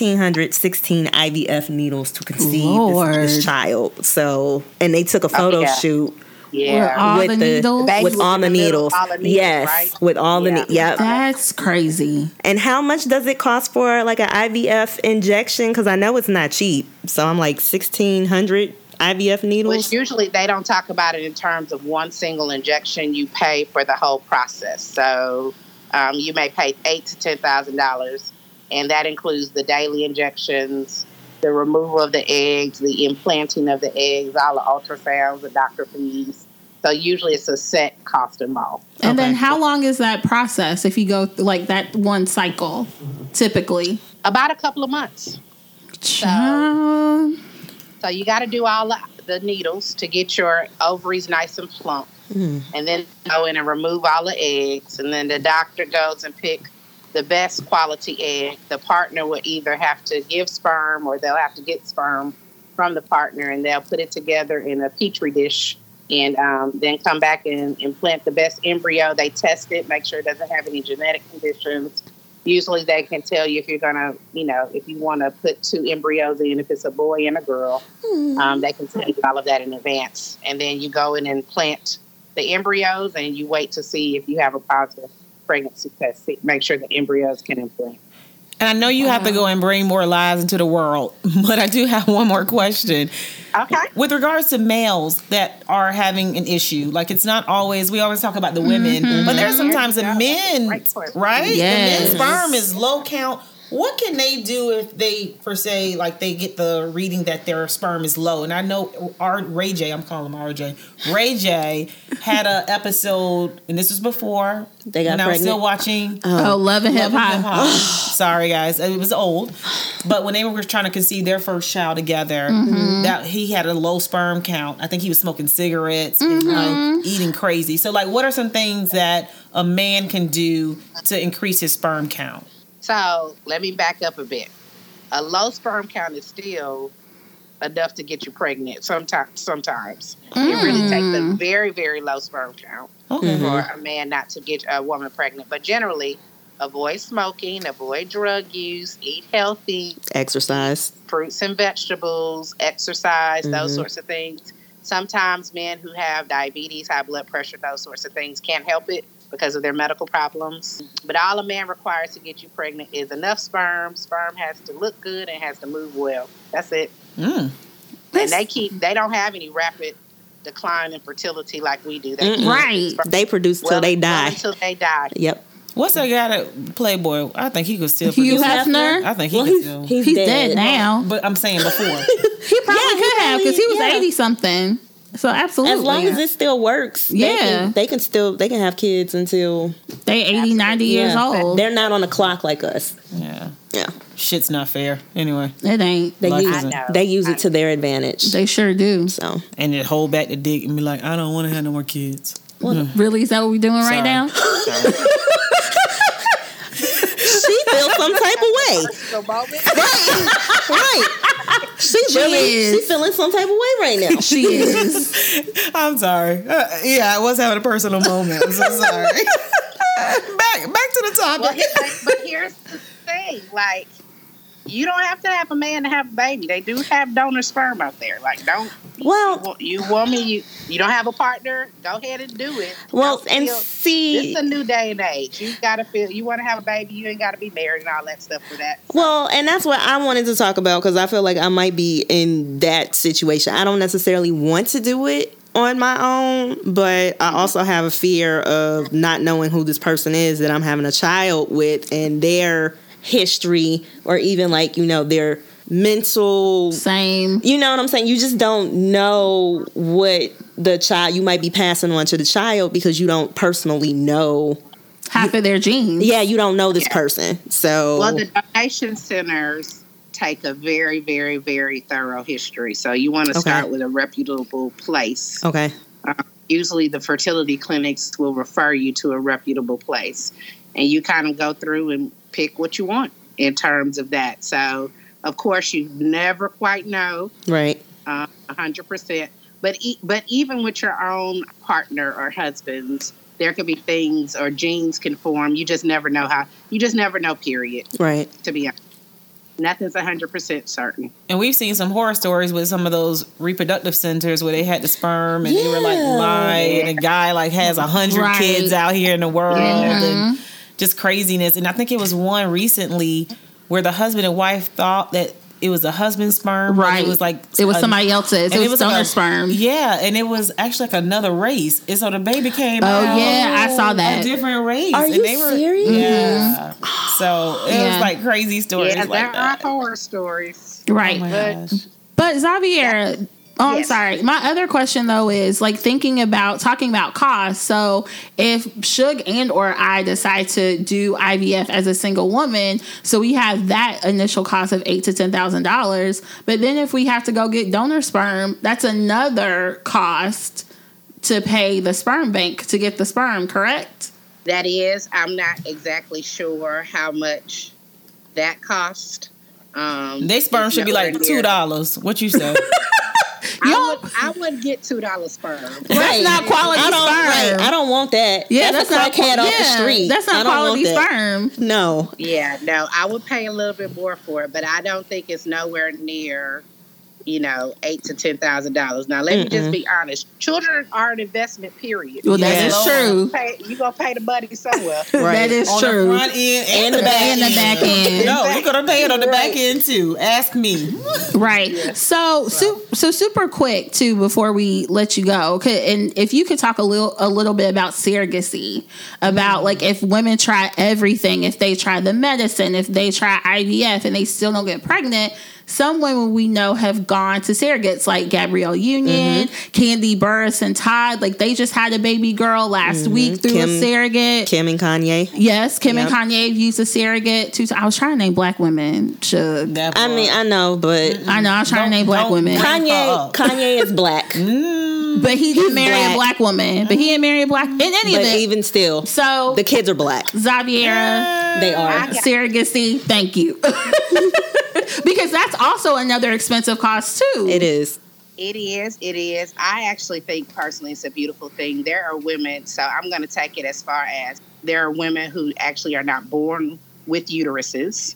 Speaker 6: 1,616 IVF needles to conceive
Speaker 1: Lord.
Speaker 6: this, this child. So, and they took a photo
Speaker 5: Oh, yeah.
Speaker 6: shoot
Speaker 5: Yeah.
Speaker 1: All
Speaker 6: with
Speaker 1: the
Speaker 6: the,
Speaker 1: needles?
Speaker 5: Baby
Speaker 6: with
Speaker 5: was
Speaker 6: all
Speaker 5: in
Speaker 6: the
Speaker 5: the middle,
Speaker 6: needles.
Speaker 5: all the needles,
Speaker 6: yes,
Speaker 5: right?
Speaker 6: with all the
Speaker 5: Yeah.
Speaker 6: needles. Yep.
Speaker 1: That's crazy.
Speaker 6: And how much does it cost for like an IVF injection? Because I know it's not cheap. So I'm like 1,600 IVF needles.
Speaker 5: Which usually they don't talk about it in terms of one single injection. You pay for the whole process, so um, you may pay eight to ten thousand dollars, and that includes the daily injections, the removal of the eggs, the implanting of the eggs, all the ultrasounds, the doctor fees. So usually it's a set cost involved.
Speaker 1: And then how long is that process if you go th- like that one cycle typically?
Speaker 5: About a couple of months.
Speaker 1: Um,
Speaker 5: So you got to do all the needles to get your ovaries nice and plump. and then go in and remove all the eggs and then the doctor goes and pick the best quality egg the partner will either have to give sperm or they'll have to get sperm from the partner and they'll put it together in a petri dish and um, then come back and implant the best embryo they test it make sure it doesn't have any genetic conditions usually they can tell you if you're going to you know if you want to put two embryos in if it's a boy and a girl um, they can tell you all of that in advance and then you go in and plant the embryos and you wait to see if you have a positive pregnancy test. See- Make sure the embryos can implant.
Speaker 4: And I know you have to go and bring more lies into the world, but I do have one more question.
Speaker 5: Okay.
Speaker 4: With regards to males that are having an issue, like it's not always, we always talk about the women, but there's sometimes the
Speaker 5: Yeah,
Speaker 4: men,
Speaker 5: right question.
Speaker 4: right?
Speaker 1: Yes.
Speaker 4: The men's sperm is low count. What can they do if they, per se, like they get the reading that their sperm is low? And I know R, Ray J, I'm calling him RJ, Ray J had an episode, and this was before,
Speaker 3: They got
Speaker 4: when I was still
Speaker 3: pregnant?
Speaker 4: watching.
Speaker 1: Oh, love and hip hop.
Speaker 4: Hip-hop. Sorry, guys, it was old. But when they were trying to conceive their first child together,
Speaker 1: Mm-hmm.
Speaker 4: that he had a low sperm count. I think he was smoking cigarettes
Speaker 1: Mm-hmm.
Speaker 4: and like eating crazy. So, like, what are some things that a man can do to increase his sperm count?
Speaker 5: So let me back up a bit. A low sperm count is still enough to get you pregnant. Sometimes, sometimes it really takes a very, very low sperm count
Speaker 4: Okay.
Speaker 1: Mm-hmm.
Speaker 5: for a man not to get a woman pregnant. But generally, avoid smoking, avoid drug use, eat healthy,
Speaker 3: Exercise.
Speaker 5: fruits and vegetables, exercise, those sorts of things. Sometimes men who have diabetes, high blood pressure, those sorts of things can't help it because of their medical problems. But all a man requires to get you pregnant is enough sperm. Sperm has to look good and has to move well. That's it.
Speaker 4: Mm.
Speaker 5: And they keep they don't have any rapid decline in fertility like we do. They keep
Speaker 1: Right.
Speaker 5: sperm
Speaker 3: They produce till
Speaker 5: well-
Speaker 3: they
Speaker 5: well
Speaker 3: die.
Speaker 5: Until they die.
Speaker 3: Yep.
Speaker 4: What's that guy that Playboy? I think he could still.
Speaker 1: Hugh
Speaker 4: produce-
Speaker 1: Hefner.
Speaker 4: I think he could still.
Speaker 1: He's dead now.
Speaker 4: but I'm saying before.
Speaker 1: He probably could have because he was
Speaker 3: yeah.
Speaker 1: eighty something. So absolutely,
Speaker 3: As long as it still works, they
Speaker 1: Yeah.
Speaker 3: can, they can still they can have kids until
Speaker 1: they 80, 90 years
Speaker 3: yeah.
Speaker 1: old,
Speaker 3: They're not on the clock like us.
Speaker 4: yeah,
Speaker 3: Yeah,
Speaker 4: shit's not fair. Anyway,
Speaker 1: it ain't.
Speaker 3: they
Speaker 4: Life
Speaker 3: use
Speaker 4: isn't-
Speaker 5: I know.
Speaker 3: they use it to their advantage.
Speaker 1: They sure do.
Speaker 3: So
Speaker 4: and it hold back the dick and be like, I don't want to have no more kids.
Speaker 1: Really, is that what we're doing
Speaker 4: Sorry.
Speaker 1: right now?
Speaker 3: she feels some type of way.
Speaker 5: The moment
Speaker 3: Right, right. She really
Speaker 1: is.
Speaker 3: she feeling some type of way right now.
Speaker 1: She is.
Speaker 4: I'm sorry. Uh, yeah, I was having a personal moment. I'm so sorry. back back to the
Speaker 5: Well,
Speaker 4: topic.
Speaker 5: he- like, but here's the thing: like, you don't have to have a man to have a baby. They do have donor sperm out there. Like, don't
Speaker 3: Well,
Speaker 5: you woman you you don't have a partner? Go ahead and do it.
Speaker 3: well,
Speaker 5: Don't
Speaker 3: and
Speaker 5: feel-
Speaker 3: see,
Speaker 5: This is a new day and age. You gotta feel. You want to have a baby. You ain't gotta be married and all that stuff for that.
Speaker 3: Well, and that's what I wanted to talk about because I feel like I might be in that situation. I don't necessarily want to do it on my own, but
Speaker 5: Mm-hmm.
Speaker 3: I also have a fear of not knowing who this person is that I'm having a child with and their history or even like, you know, their mental
Speaker 1: Same.
Speaker 3: you know what I'm saying? You just don't know what the child you might be passing on to the child because you don't personally know.
Speaker 1: Half of their genes.
Speaker 3: Yeah, you don't know this person. So
Speaker 5: Well, the donation centers take a very, very, very thorough history. So you want to
Speaker 3: Okay.
Speaker 5: start with a reputable place.
Speaker 3: okay.
Speaker 5: usually the fertility clinics will refer you to a reputable place and you kind of go through and pick what you want in terms of that so of course you never quite know
Speaker 3: Right.
Speaker 5: uh, 100% but e- but even with your own partner or husband there could be things or genes can form you just never know how you just never know period
Speaker 3: Right.
Speaker 5: to be honest nothing's 100% certain
Speaker 4: And we've seen some horror stories with some of those reproductive centers where they had the sperm and they were like lying. And a guy like has a hundred
Speaker 1: Right. Mm-hmm.
Speaker 4: kids out here in the world
Speaker 5: Yeah.
Speaker 4: and just craziness. And I think it was one recently where the husband and wife thought that it was a husband's sperm. but
Speaker 1: Right.
Speaker 4: It was like
Speaker 1: It was
Speaker 4: a-
Speaker 1: somebody else's. It
Speaker 4: and
Speaker 1: was, donor
Speaker 4: like a-
Speaker 1: sperm.
Speaker 4: Yeah, and it was actually like another race. And so the baby came
Speaker 1: Oh,
Speaker 4: out
Speaker 1: yeah, I saw
Speaker 4: a
Speaker 1: that. Mm-hmm.
Speaker 4: different race.
Speaker 3: Are
Speaker 4: and
Speaker 3: you
Speaker 4: they were,
Speaker 3: serious?
Speaker 4: Yeah. So it
Speaker 1: Yeah.
Speaker 4: was like crazy stories
Speaker 5: yeah there
Speaker 4: like
Speaker 5: are
Speaker 4: that.
Speaker 5: horror stories
Speaker 1: Right.
Speaker 5: but
Speaker 1: But Xavier, oh, I'm
Speaker 5: Yes.
Speaker 1: sorry. My other question though is like thinking about talking about cost. So if Suge and or I decide to do IVF as a single woman, so we have that initial cost of eight to ten thousand dollars. But then if we have to go get donor sperm, that's another cost to pay the sperm bank to get the sperm, correct?
Speaker 5: That is, I'm not exactly sure how much that cost. Um,
Speaker 4: They sperm
Speaker 5: it's
Speaker 4: should be like
Speaker 5: nowhere near-
Speaker 4: two dollars. What you say?
Speaker 5: I would, I would get two dollars sperm.
Speaker 1: That's not quality
Speaker 3: I don't,
Speaker 1: sperm.
Speaker 3: right, I don't want that.
Speaker 1: yeah,
Speaker 3: that's,
Speaker 1: that's,
Speaker 3: a
Speaker 1: not
Speaker 3: crackhead off the
Speaker 1: yeah,
Speaker 3: street.
Speaker 1: That's
Speaker 3: I
Speaker 1: not
Speaker 3: don't
Speaker 1: quality
Speaker 3: want that.
Speaker 1: sperm.
Speaker 3: No,
Speaker 5: Yeah, no, I would pay a little bit more for it, but I don't think it's nowhere near, you know, eight to ten thousand dollars. Now, let me just be honest: children are an investment. Period.
Speaker 1: Well, that
Speaker 4: Yes.
Speaker 1: is
Speaker 5: You
Speaker 1: true.
Speaker 5: pay, you gonna pay the money somewhere.
Speaker 1: That is
Speaker 4: on
Speaker 1: true.
Speaker 4: the front end
Speaker 3: And
Speaker 4: and,
Speaker 3: the
Speaker 4: the back
Speaker 1: and the back end.
Speaker 4: No, we're gonna pay it on the back
Speaker 5: Right.
Speaker 4: end too. Ask me.
Speaker 1: Right. So, su- so super quick too before we let you go. 'Kay, And if you could talk a little a little bit about surrogacy, about like if women try everything, if they try the medicine, if they try IVF and they still don't get pregnant, some women we know have gone to surrogates like Gabrielle Union,
Speaker 4: Mm-hmm.
Speaker 1: Candy Burris and Todd, like they just had a baby girl last
Speaker 4: Mm-hmm.
Speaker 1: week through a
Speaker 6: Kim-
Speaker 1: surrogate.
Speaker 6: Kim and Kanye.
Speaker 1: Yes, Kim and Kanye used a surrogate. Two I was trying to name black women. Should.
Speaker 4: That
Speaker 3: I
Speaker 4: part.
Speaker 3: mean I know, but
Speaker 1: I know I was trying to
Speaker 4: Don't-
Speaker 1: name black
Speaker 4: don't-
Speaker 1: women.
Speaker 3: Kanye
Speaker 4: Oh.
Speaker 3: Kanye is black,
Speaker 1: But he didn't marry a
Speaker 3: black.
Speaker 1: black woman. But he didn't marry a black in any
Speaker 3: but
Speaker 1: event.
Speaker 3: even still,
Speaker 1: so
Speaker 3: the kids are black.
Speaker 1: Xaviera
Speaker 3: They are.
Speaker 1: surrogacy, thank you. because that's also another expensive cost too.
Speaker 3: It is.
Speaker 5: It is. It is. I actually think personally it's a beautiful thing. There are women, so I'm going to take it as far as there are women who actually are not born with uteruses,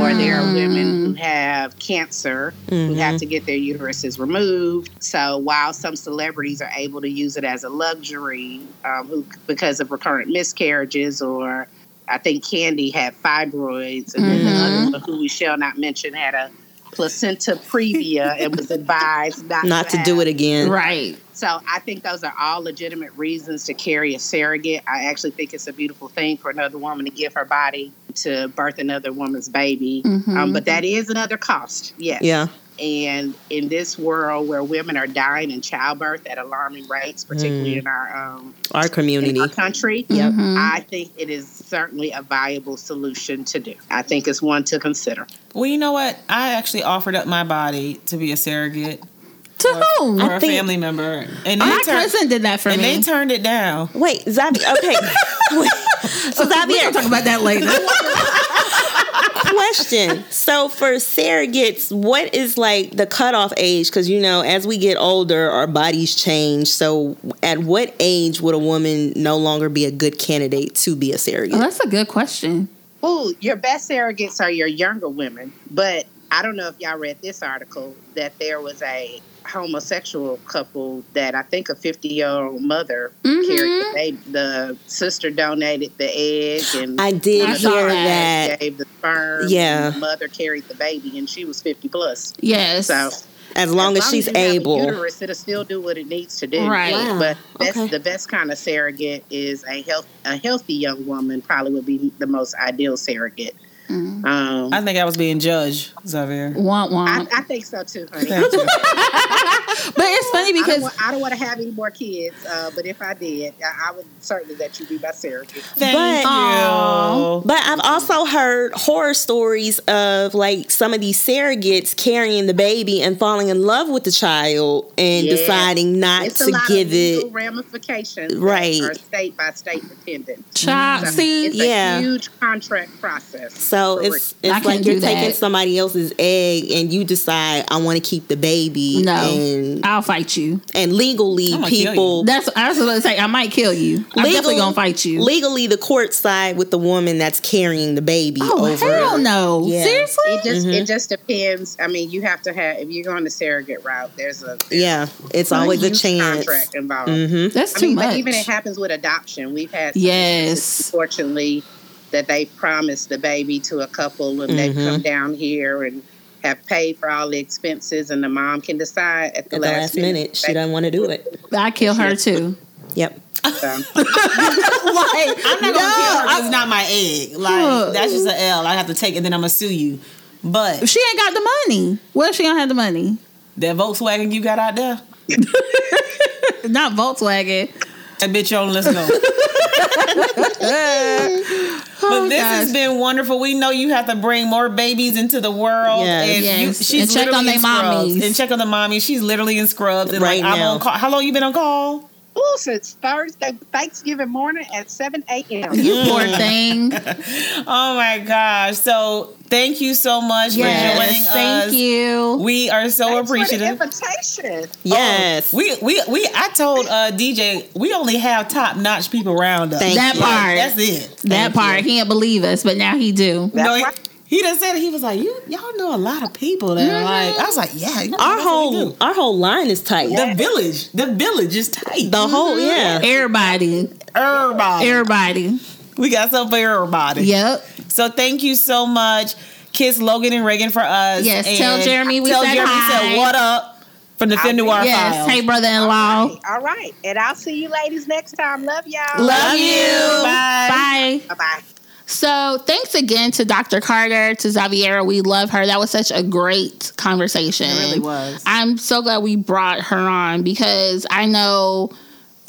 Speaker 5: or there are women who have cancer who have to get their uteruses removed. So while some celebrities are able to use it as a luxury, um, who because of recurrent miscarriages or I think Candy had fibroids, and then the other one, who we shall not mention, had a placenta previa and was advised not,
Speaker 3: Not to do
Speaker 5: have.
Speaker 3: it again.
Speaker 1: Right.
Speaker 5: So I think those are all legitimate reasons to carry a surrogate. I actually think it's a beautiful thing for another woman to give her body to birth another woman's baby. Um, but that is another cost. Yes.
Speaker 3: Mm-hmm. Yeah.
Speaker 5: And in this world where women are dying in childbirth at alarming rates, particularly
Speaker 3: Mm.
Speaker 5: in our um,
Speaker 3: Our community.
Speaker 5: in our country, I think it is certainly a viable solution to do. I think it's one to consider.
Speaker 4: well, you know what? I actually offered up my body to be a surrogate
Speaker 1: To whom?
Speaker 4: for a
Speaker 3: think-
Speaker 4: family member, and
Speaker 1: My
Speaker 4: they turned
Speaker 1: cousin did that for
Speaker 4: and
Speaker 1: me.
Speaker 4: they turned it down.
Speaker 3: Wait, Zabi. Okay. Wait, so
Speaker 1: we
Speaker 3: Zabi,
Speaker 1: can talk about that later.
Speaker 3: question. So for surrogates, what is like the cutoff age? Because you know, as we get older, our bodies change. So at what age would a woman no longer be a good candidate to be a
Speaker 1: Well,
Speaker 3: surrogate?
Speaker 5: Uh-huh.
Speaker 1: that's a good question.
Speaker 5: Ooh, your best surrogates are your younger women, but I don't know if y'all read this article that there was a homosexual couple that I think a 50 year old mother
Speaker 3: Mm-hmm.
Speaker 5: carried the, baby. the sister donated the egg and
Speaker 3: I did
Speaker 1: I saw
Speaker 3: hear
Speaker 1: that.
Speaker 3: that.
Speaker 5: gave the sperm.
Speaker 3: Yeah.
Speaker 5: and the mother carried the baby and she was 50 plus.
Speaker 1: Yes.
Speaker 5: So
Speaker 3: As long as, she's
Speaker 5: you have a
Speaker 3: able.
Speaker 5: uterus, it'll still do what it needs to do.
Speaker 1: Right.
Speaker 3: Wow.
Speaker 5: But that's
Speaker 3: Okay.
Speaker 5: the best kind of surrogate is a health a healthy young woman probably would be the most ideal surrogate.
Speaker 3: Mm-hmm.
Speaker 5: Um,
Speaker 4: I
Speaker 5: I,
Speaker 4: think I was being judged, Xavier.
Speaker 1: Womp
Speaker 5: I,
Speaker 1: womp.
Speaker 5: think so too, honey.
Speaker 4: Thank you.
Speaker 1: But it's funny
Speaker 5: I don't,
Speaker 1: because
Speaker 5: want, I don't want to have any more kids, uh, but if I did, I, I would certainly let you be my surrogate.
Speaker 4: Thank
Speaker 3: But-
Speaker 4: you.
Speaker 3: But I've also heard horror stories of like some of these surrogates carrying the baby and falling in love with the child and
Speaker 5: Yeah.
Speaker 3: deciding not
Speaker 5: It's a
Speaker 3: to
Speaker 5: lot
Speaker 3: give
Speaker 5: of legal
Speaker 3: it.
Speaker 5: ramifications, that
Speaker 3: Right.
Speaker 5: Are state by state dependent.
Speaker 1: child,
Speaker 5: So
Speaker 1: see,
Speaker 5: Mm-hmm. it's
Speaker 3: yeah.
Speaker 5: a huge contract process.
Speaker 3: So
Speaker 5: for
Speaker 3: it's
Speaker 5: real.
Speaker 1: I
Speaker 3: it's like
Speaker 1: can't
Speaker 3: you're
Speaker 1: do that.
Speaker 3: taking somebody else's egg and you decide I want to keep the baby.
Speaker 1: No.
Speaker 3: and
Speaker 1: I'll fight you.
Speaker 3: and legally
Speaker 4: I'ma kill
Speaker 3: people
Speaker 1: That's I was about to say I might kill you. I'm
Speaker 3: legal-
Speaker 1: definitely gonna fight you.
Speaker 3: Legally, the court side with the woman that's carrying the baby.
Speaker 1: oh
Speaker 3: over.
Speaker 1: hell no!
Speaker 3: Yeah.
Speaker 1: Seriously?
Speaker 5: It just it just depends. I mean, you have to have if you're going the surrogate route. There's a
Speaker 3: Yeah, it's always a
Speaker 5: huge
Speaker 3: chance.
Speaker 5: contract involved.
Speaker 3: Mm-hmm.
Speaker 1: That's
Speaker 5: I
Speaker 1: too
Speaker 5: mean,
Speaker 1: much.
Speaker 5: but even it happens with adoption. We've had some
Speaker 1: yes.
Speaker 5: fortunately that they promised the baby to a couple and they come down here and have paid for all the expenses and the mom can decide at the,
Speaker 3: At the last minute, she doesn't want to do it.
Speaker 1: I kill her too.
Speaker 4: Oh,
Speaker 3: Yep.
Speaker 5: So,
Speaker 4: I'm not gonna kill her 'cause it's not my egg.
Speaker 1: Look.
Speaker 4: Like that's just an L. I have to take it, then I'm gonna sue you. But
Speaker 1: She ain't got the money. Well, she don't have the money.
Speaker 4: that Volkswagen you got out there,
Speaker 1: Not Volkswagen.
Speaker 4: that bitch on. Let's go.
Speaker 3: Oh,
Speaker 4: but this has
Speaker 1: Oh, gosh.
Speaker 4: been wonderful. We know you have to bring more babies into the world,
Speaker 3: Yes.
Speaker 4: and you-
Speaker 1: Yes.
Speaker 4: she's
Speaker 1: And check
Speaker 4: literally
Speaker 1: on they
Speaker 4: in scrubs.
Speaker 1: mommies.
Speaker 4: and check on the mommy. She's literally in scrubs, and
Speaker 3: Right
Speaker 4: like I'm
Speaker 3: now.
Speaker 4: on call. How long you been on call?
Speaker 5: ooh, Massachusetts Thursday, Thanksgiving morning at 7 a.m.
Speaker 1: You poor thing.
Speaker 4: Oh my gosh. So thank you so much for joining
Speaker 1: Yes, thank
Speaker 4: us.
Speaker 1: you.
Speaker 4: We are so
Speaker 5: Thanks
Speaker 4: appreciative.
Speaker 5: for the invitation.
Speaker 3: Yes.
Speaker 4: We we we I told uh DJ we only have top notch people round up.
Speaker 3: Thank
Speaker 1: that
Speaker 3: you.
Speaker 1: part.
Speaker 4: That's it.
Speaker 1: that part. He can't believe us, but now he do.
Speaker 5: That's
Speaker 4: No, he,
Speaker 5: right.
Speaker 4: he done said it. he was like, You y'all know a lot of people that are
Speaker 1: Mm-hmm.
Speaker 4: like I was like, Yeah, you know,
Speaker 3: our
Speaker 4: that's what we
Speaker 3: whole
Speaker 4: do.
Speaker 3: our whole line is tight.
Speaker 4: the village. The village is tight. Mm-hmm.
Speaker 3: The whole yeah.
Speaker 1: Everybody.
Speaker 4: everybody.
Speaker 1: Everybody.
Speaker 4: we got something for everybody.
Speaker 1: Yep.
Speaker 4: So thank you so much. Kiss Logan and Reagan for us.
Speaker 1: Yes,
Speaker 4: And
Speaker 1: tell Jeremy we
Speaker 4: tell
Speaker 1: said
Speaker 4: Jeremy
Speaker 1: hi.
Speaker 4: said what up from the Fin Noir
Speaker 1: yes.
Speaker 4: Files.
Speaker 1: Hey, brother in law.
Speaker 5: All right, all right. And I'll see you ladies next time. Love y'all.
Speaker 1: Love you.
Speaker 4: Bye.
Speaker 1: Bye.
Speaker 5: Bye bye.
Speaker 1: So thanks again to Dr. Carter, to Xaviera. We love her. That was such a great conversation. It
Speaker 4: really was.
Speaker 1: I'm so glad we brought her on because I know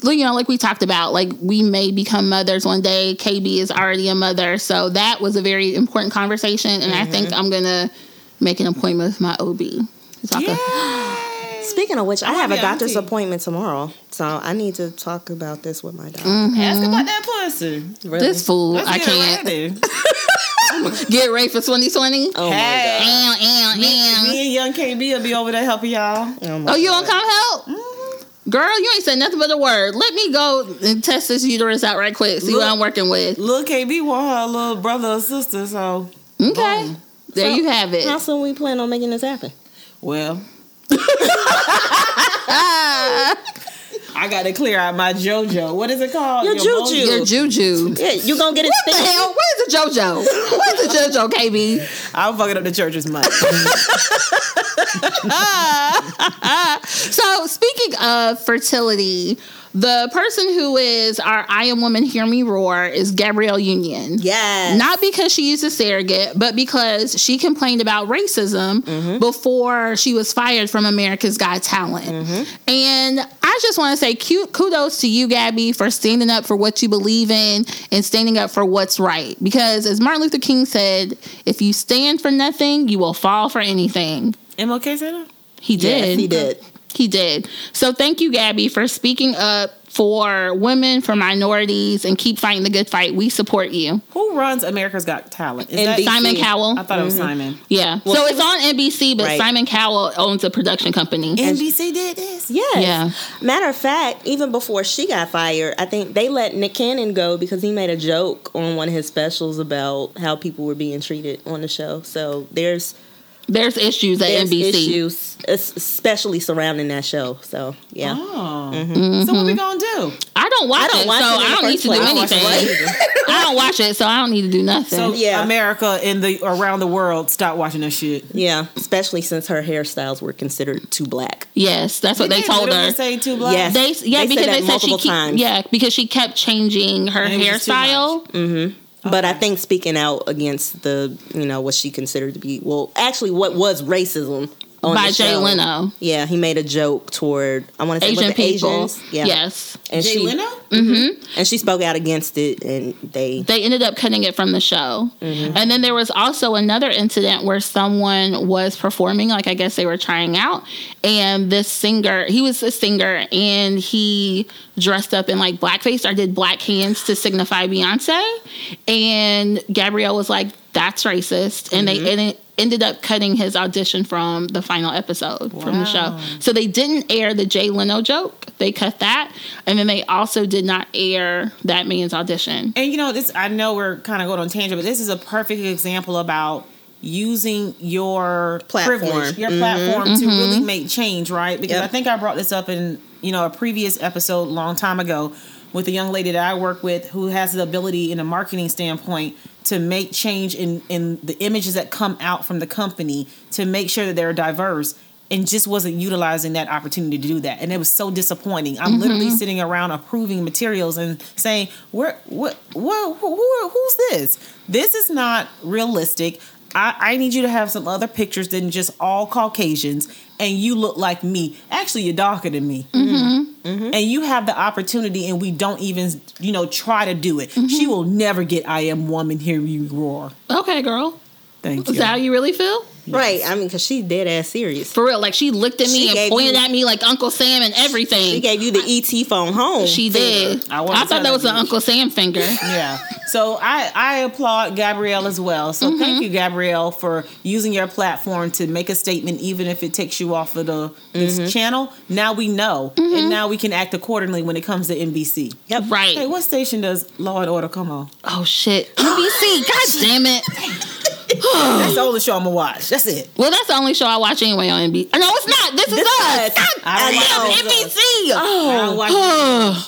Speaker 1: you know, like we talked about, like we may become mothers one day. KB is already a mother. So that was a very important conversation. And I think
Speaker 4: Mm-hmm.
Speaker 1: I'm gonna make an appointment with my OB. Talk yeah.
Speaker 3: Speaking of which, I have a
Speaker 4: Oh, yeah,
Speaker 3: doctor's
Speaker 4: auntie.
Speaker 3: appointment tomorrow, so I need to talk about this with my doctor.
Speaker 4: Ask about that pussy.
Speaker 3: Really?
Speaker 1: mm-hmm. this fool.
Speaker 4: Let's
Speaker 1: I
Speaker 4: get
Speaker 1: can't
Speaker 4: ready.
Speaker 1: get ready for 2020.
Speaker 3: oh
Speaker 4: Hey.
Speaker 1: Ow, ow, ow.
Speaker 4: Me and Young KB will be over there helping y'all.
Speaker 3: my god! Oh my
Speaker 1: Oh, you gonna come help?
Speaker 4: Mm-hmm.
Speaker 1: Girl, you ain't said nothing but a word. Let me go and test this uterus out right quick. See
Speaker 4: Look.
Speaker 1: what I'm working with.
Speaker 4: Little KB want her little brother or sister, so
Speaker 1: Okay.
Speaker 4: Boom.
Speaker 1: There
Speaker 3: So-
Speaker 1: you have
Speaker 3: How
Speaker 1: it.
Speaker 3: soon we plan on making this happen?
Speaker 4: well. I got to clear out my JoJo. What is it called?
Speaker 3: Your
Speaker 4: mojo.
Speaker 3: juju.
Speaker 1: Your juju.
Speaker 3: Yeah, you gonna get it
Speaker 1: What the
Speaker 3: fixed?
Speaker 1: hell? Where's the JoJo? Where's the JoJo, KB?
Speaker 4: I'm fucking up the church's money.
Speaker 1: Uh, So, speaking of fertility, the person who is our I Am Woman Hear Me Roar is Gabrielle Union.
Speaker 3: Yes.
Speaker 1: Not because she used a surrogate, but because she complained about racism
Speaker 3: Mm-hmm.
Speaker 1: before she was fired from America's Got Talent.
Speaker 3: Mm-hmm.
Speaker 1: And I just want to say cute kudos to you, Gabby, for standing up for what you believe in and standing up for what's right. Because as Martin Luther King said, if you stand for nothing, you will fall for anything.
Speaker 4: MLK said that?
Speaker 1: He did.
Speaker 3: Yes, he did.
Speaker 1: He did. So thank you, Gabby, for speaking up for women, for minorities, and keep fighting the good fight. We support you.
Speaker 4: Who runs America's Got Talent? Is
Speaker 3: NBC.
Speaker 4: that,
Speaker 1: Simon Cowell.
Speaker 4: I thought it was
Speaker 3: Mm-hmm.
Speaker 4: Simon.
Speaker 1: Yeah. so
Speaker 3: she
Speaker 1: it's on NBC, but
Speaker 3: Right.
Speaker 1: Simon Cowell owns a production company.
Speaker 4: NBC did this.
Speaker 3: Yes.
Speaker 1: Yeah.
Speaker 3: Matter of fact, even before she got fired, I think they let Nick Cannon go because he made a joke on one of his specials about how people were being treated on the show. So there's
Speaker 1: There's issues at
Speaker 3: there's
Speaker 1: NBC.
Speaker 3: issues, es- especially surrounding that show. So yeah. Mm-hmm.
Speaker 4: Oh. So what we gonna do?
Speaker 1: I don't watch
Speaker 3: I don't
Speaker 1: it,
Speaker 3: watch
Speaker 1: so
Speaker 3: it
Speaker 1: I
Speaker 3: in the
Speaker 1: don't need
Speaker 3: first
Speaker 1: to do
Speaker 3: place. I don't watch it
Speaker 1: anything. I don't watch it, so I don't need to do nothing.
Speaker 4: So
Speaker 3: Yeah.
Speaker 4: America and the around the world stop watching this shit.
Speaker 3: Yeah, especially since her hairstyles were considered too black.
Speaker 1: yes, that's what they
Speaker 4: Did
Speaker 1: told
Speaker 4: literally
Speaker 1: her.
Speaker 4: Say too black.
Speaker 3: Yes.
Speaker 1: They yeah
Speaker 3: They said
Speaker 1: because
Speaker 3: that
Speaker 1: they said she
Speaker 3: multiple
Speaker 1: keep,
Speaker 3: times.
Speaker 1: yeah because she kept changing her
Speaker 4: And it was too
Speaker 1: hairstyle. Oh,
Speaker 3: But I think speaking out against the, you know, what she considered to be, well, actually, what was racism on
Speaker 1: By
Speaker 3: the
Speaker 1: Jay
Speaker 3: show.
Speaker 1: Leno.
Speaker 3: Yeah, he made a joke toward I want to say was
Speaker 1: Asian
Speaker 3: it
Speaker 1: people.
Speaker 3: Asians. Yeah.
Speaker 1: Yes,
Speaker 3: And
Speaker 4: Jay
Speaker 3: she
Speaker 4: Leno?
Speaker 3: and she spoke out against it, and they
Speaker 1: they ended up cutting it from the show. And then there was also another incident where someone was performing, like I guess they were trying out, and this singer, he was a singer, and he dressed up in like blackface or did black hands to signify Beyonce. And Gabrielle was like, "That's racist," and they and it ended up cutting his audition from the final episode from the show. So they didn't air the Jay Leno joke. They cut that, and then they also did not air that man's audition.
Speaker 3: Mm-hmm.
Speaker 4: And you know, this I know we're kind of going on tangent, but this is a perfect example about using your
Speaker 3: Platform. Mm-hmm.
Speaker 4: privilege, your platform to really make change, right? Because
Speaker 3: Yep.
Speaker 4: I think I brought this up in, you know, a previous episode a long time ago with a young lady that I work with who has the ability in a marketing standpoint to make change in in the images that come out from the company to make sure that they're diverse and just wasn't utilizing that opportunity to do that and it was so disappointing i'm literally sitting around approving materials and saying where what what who, who- who's this this is not realistic I, I need you to have some other pictures than just all caucasians and you look like me actually you're darker than me Mm-hmm. and you have the opportunity and we don't even you know try to do it she will never get i am woman hear you roar
Speaker 1: Okay, girl.
Speaker 4: thank you
Speaker 1: Is that how you really feel?
Speaker 3: Right. I mean, because she's dead ass serious.
Speaker 1: For real, like she looked at
Speaker 3: She
Speaker 1: me and
Speaker 3: gave
Speaker 1: pointed
Speaker 3: you-
Speaker 1: at me like Uncle Sam and everything.
Speaker 3: She
Speaker 1: She,
Speaker 3: gave you the ET phone home.
Speaker 1: did.
Speaker 4: I
Speaker 1: I,
Speaker 4: wasn't
Speaker 1: thought that
Speaker 4: telling
Speaker 1: was an
Speaker 4: you.
Speaker 1: Uncle Sam finger.
Speaker 4: Yeah. So I, I applaud Gabrielle as well. So thank you, Gabrielle, for using your platform to make a statement, even if it takes you off of the this channel. Now we know, and now we can act accordingly when it comes to NBC.
Speaker 3: Yep.
Speaker 1: Right.
Speaker 4: Hey, what station does Law and Order come on?
Speaker 1: Oh shit. NBC. God damn it.
Speaker 4: That's the only show I'm gonna watch. That's it.
Speaker 1: Well, that's the only show I watch anyway on NBC. No, it's not. This is us. God
Speaker 4: I
Speaker 1: damn
Speaker 4: don't watch this is
Speaker 1: NBC.
Speaker 4: I don't watch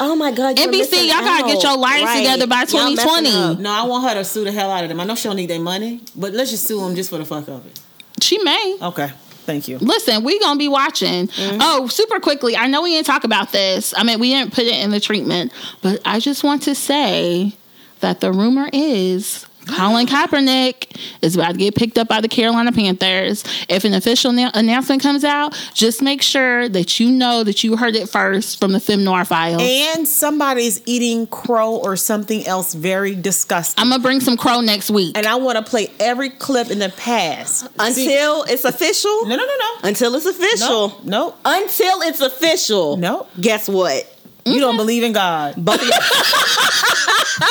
Speaker 3: Oh my God. you're
Speaker 1: NBC,
Speaker 3: missing
Speaker 1: y'all gotta get
Speaker 3: out.
Speaker 1: your lives together by
Speaker 3: Y'all messing
Speaker 1: 2020.
Speaker 3: up.
Speaker 4: No, I want her to sue the hell out of them. I know she don't need their money, but let's just sue them just for the fuck of it.
Speaker 1: She may.
Speaker 4: Okay. Thank you.
Speaker 1: Listen, we gonna be watching.
Speaker 4: Mm-hmm.
Speaker 1: Oh, super quickly. I know we didn't talk about this. I mean, we didn't put it in the treatment, but I just want to say that the rumor is Colin Kaepernick is about to get picked up by the Carolina Panthers. If an official na- announcement comes out, just make sure that you know that you heard it first from the Fem Noir files.
Speaker 4: And somebody's eating crow or something else very disgusting.
Speaker 1: I'm gonna bring some crow next week.
Speaker 4: and I want to play every clip in the past See-
Speaker 3: Until it's official.
Speaker 4: no, no, no, no,
Speaker 3: Until it's official.
Speaker 4: no, no.
Speaker 3: Until it's official.
Speaker 4: Nope.
Speaker 3: Guess what?
Speaker 4: You don't believe in God.
Speaker 3: Both of y'all-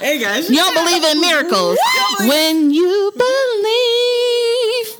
Speaker 4: Hey guys,
Speaker 1: You don't believe in miracles when you believe.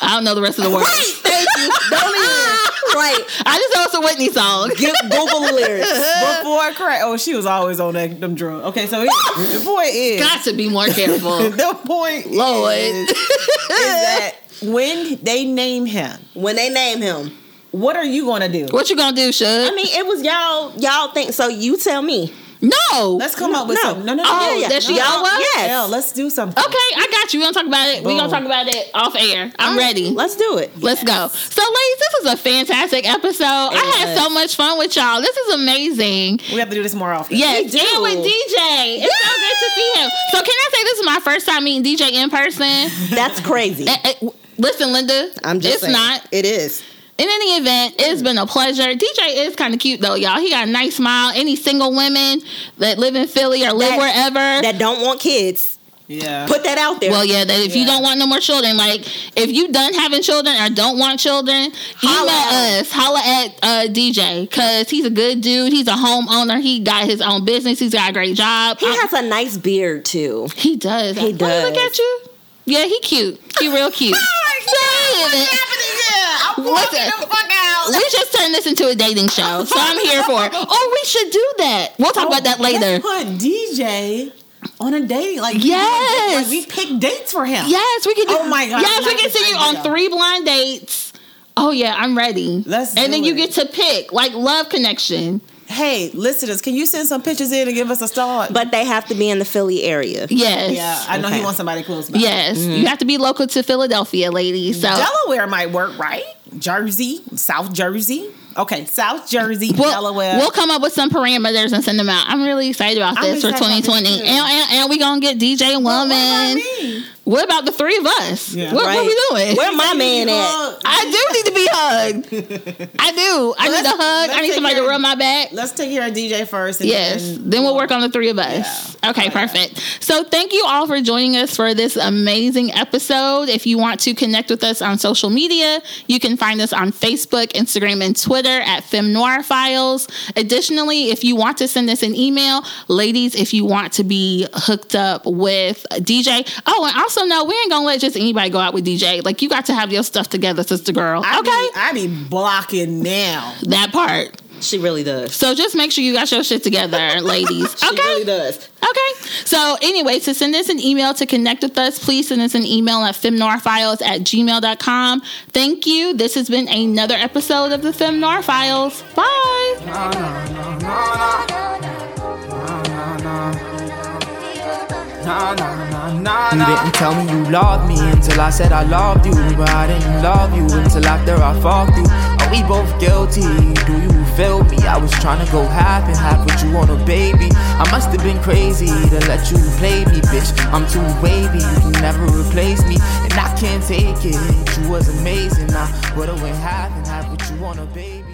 Speaker 1: I don't know the rest of the words.
Speaker 3: Thank you. Don't even. Right.
Speaker 1: I just know it's a Whitney song.
Speaker 3: Get Google the lyrics.
Speaker 4: before crack. Oh, she was always on that them drugs. Okay, so the point is,
Speaker 1: Got to be more careful.
Speaker 4: the point
Speaker 1: Lord.
Speaker 4: is, is that when they name him,
Speaker 3: When they name him.
Speaker 4: what are you gonna do?
Speaker 1: What you gonna do, Shug?
Speaker 3: I mean, it was y'all. Y'all think so? You tell me.
Speaker 1: no.
Speaker 4: Let's come up with
Speaker 3: No.
Speaker 4: something. No, no, no.
Speaker 1: Oh,
Speaker 4: yeah, yeah.
Speaker 1: that's
Speaker 4: no.
Speaker 1: y'all was?
Speaker 3: Yes.
Speaker 4: Yeah, let's do something.
Speaker 1: okay, I got you. We're gonna talk about it. We're gonna
Speaker 4: Boom.
Speaker 1: talk about it off air. I'm ready.
Speaker 3: Let's do it.
Speaker 1: Let's go. So, ladies, this was a fantastic episode. I had
Speaker 3: was.
Speaker 1: so much fun with y'all. This is amazing.
Speaker 4: We have to do this more often.
Speaker 1: Yes,
Speaker 3: do.
Speaker 1: and with DJ. It's so good to see him. So, can I say this is my first time meeting DJ in person?
Speaker 3: That's crazy.
Speaker 1: Eh, eh, w- Listen, Linda,
Speaker 3: I'm just
Speaker 1: it's
Speaker 3: saying.
Speaker 1: not.
Speaker 3: It is.
Speaker 1: In any event, it's been a pleasure. DJ is kind of cute though, y'all. He got a nice smile. Any single women that live in Philly or live
Speaker 3: That-
Speaker 1: wherever.
Speaker 3: That don't want kids.
Speaker 4: Yeah.
Speaker 3: Put that out there.
Speaker 1: well, yeah, that if you don't want no more children, like if you done having children or don't want children,
Speaker 3: Holla at
Speaker 1: email us, holla at uh, DJ, cause he's a good dude. He's a homeowner. He got his own business. He's got a great job.
Speaker 3: He
Speaker 1: I-
Speaker 3: has a nice beard too.
Speaker 1: He does. He
Speaker 3: does.
Speaker 1: Look at you. Yeah, he cute. He real cute. Listen, we just turned this into a dating show, so I'm here for it. Oh, we should do that. We'll talk about that later.
Speaker 4: Let's put DJ on a date. Like
Speaker 1: Yes.
Speaker 4: like, we pick dates for him.
Speaker 1: Yes, we can. Do,
Speaker 4: Oh my God,
Speaker 1: Yes,
Speaker 4: I
Speaker 1: we
Speaker 4: like
Speaker 1: can
Speaker 4: this
Speaker 1: see you
Speaker 4: idea.
Speaker 1: on three blind dates. Oh yeah, I'm ready.
Speaker 4: Let's
Speaker 1: and
Speaker 4: do
Speaker 1: then you
Speaker 4: it.
Speaker 1: get to pick like love connection.
Speaker 4: Hey, listeners, can you send some pictures in and give us a start?
Speaker 3: But they have to be in the Philly area.
Speaker 1: Yes.
Speaker 4: yeah, I know he
Speaker 3: Okay.
Speaker 4: wants somebody close by.
Speaker 1: Yes, you have to be local to Philadelphia, ladies. So
Speaker 4: Delaware might work, right? Jersey, South Jersey. Okay, South Jersey,
Speaker 1: We'll,
Speaker 4: Delaware.
Speaker 1: we'll come up with some parameters and send them out. I'm really excited about
Speaker 4: I'm
Speaker 1: this for
Speaker 4: excited about this
Speaker 1: 2020.
Speaker 4: too.
Speaker 1: and, and, and we going to get DJ
Speaker 4: What
Speaker 1: Woman.
Speaker 4: about me?
Speaker 1: What about the three of us?
Speaker 4: Yeah.
Speaker 1: what, what
Speaker 3: Right.
Speaker 1: we doing?
Speaker 3: Where my man at?
Speaker 4: Look,
Speaker 1: I do need to be hugged. I do. I need a
Speaker 4: let's-
Speaker 1: hug. I
Speaker 4: let's
Speaker 1: need
Speaker 4: take
Speaker 1: somebody to
Speaker 4: care of-
Speaker 1: rub my back.
Speaker 4: Let's take care of DJ first. And um,
Speaker 1: Yes. Then we'll work on the three of us. Okay, perfect. So thank you all for joining us for this amazing episode. If you want to connect with us on social media, you can find us on Facebook, Instagram, and Twitter at Fem Noir Files. Additionally, if you want to send us an email, ladies, if you want to be hooked up with DJ. Oh, and also no, we ain't gonna let just anybody go out with DJ. Like you got to have your stuff together, sister girl.
Speaker 4: I
Speaker 1: okay.
Speaker 4: Be, I be blocking now.
Speaker 1: that part.
Speaker 3: She really does.
Speaker 1: So just make sure you got your shit together, ladies.
Speaker 3: She
Speaker 1: okay.
Speaker 3: really does.
Speaker 1: Okay. So, anyway, to send us an email to connect with us, please send us an email at femnoirfiles at gmail.com. Thank you. This has been another episode of the Femnoir Files. Bye.
Speaker 7: You didn't tell me you loved me until I said I loved you. But I didn't love you until after I fucked you. Are we both guilty? Do you feel me? I was tryna go half and half with you on a baby. I must have been crazy to let you play me, bitch. I'm too wavy, you can never replace me. And I can't take it. You was amazing. I would've went half and half with you on a baby.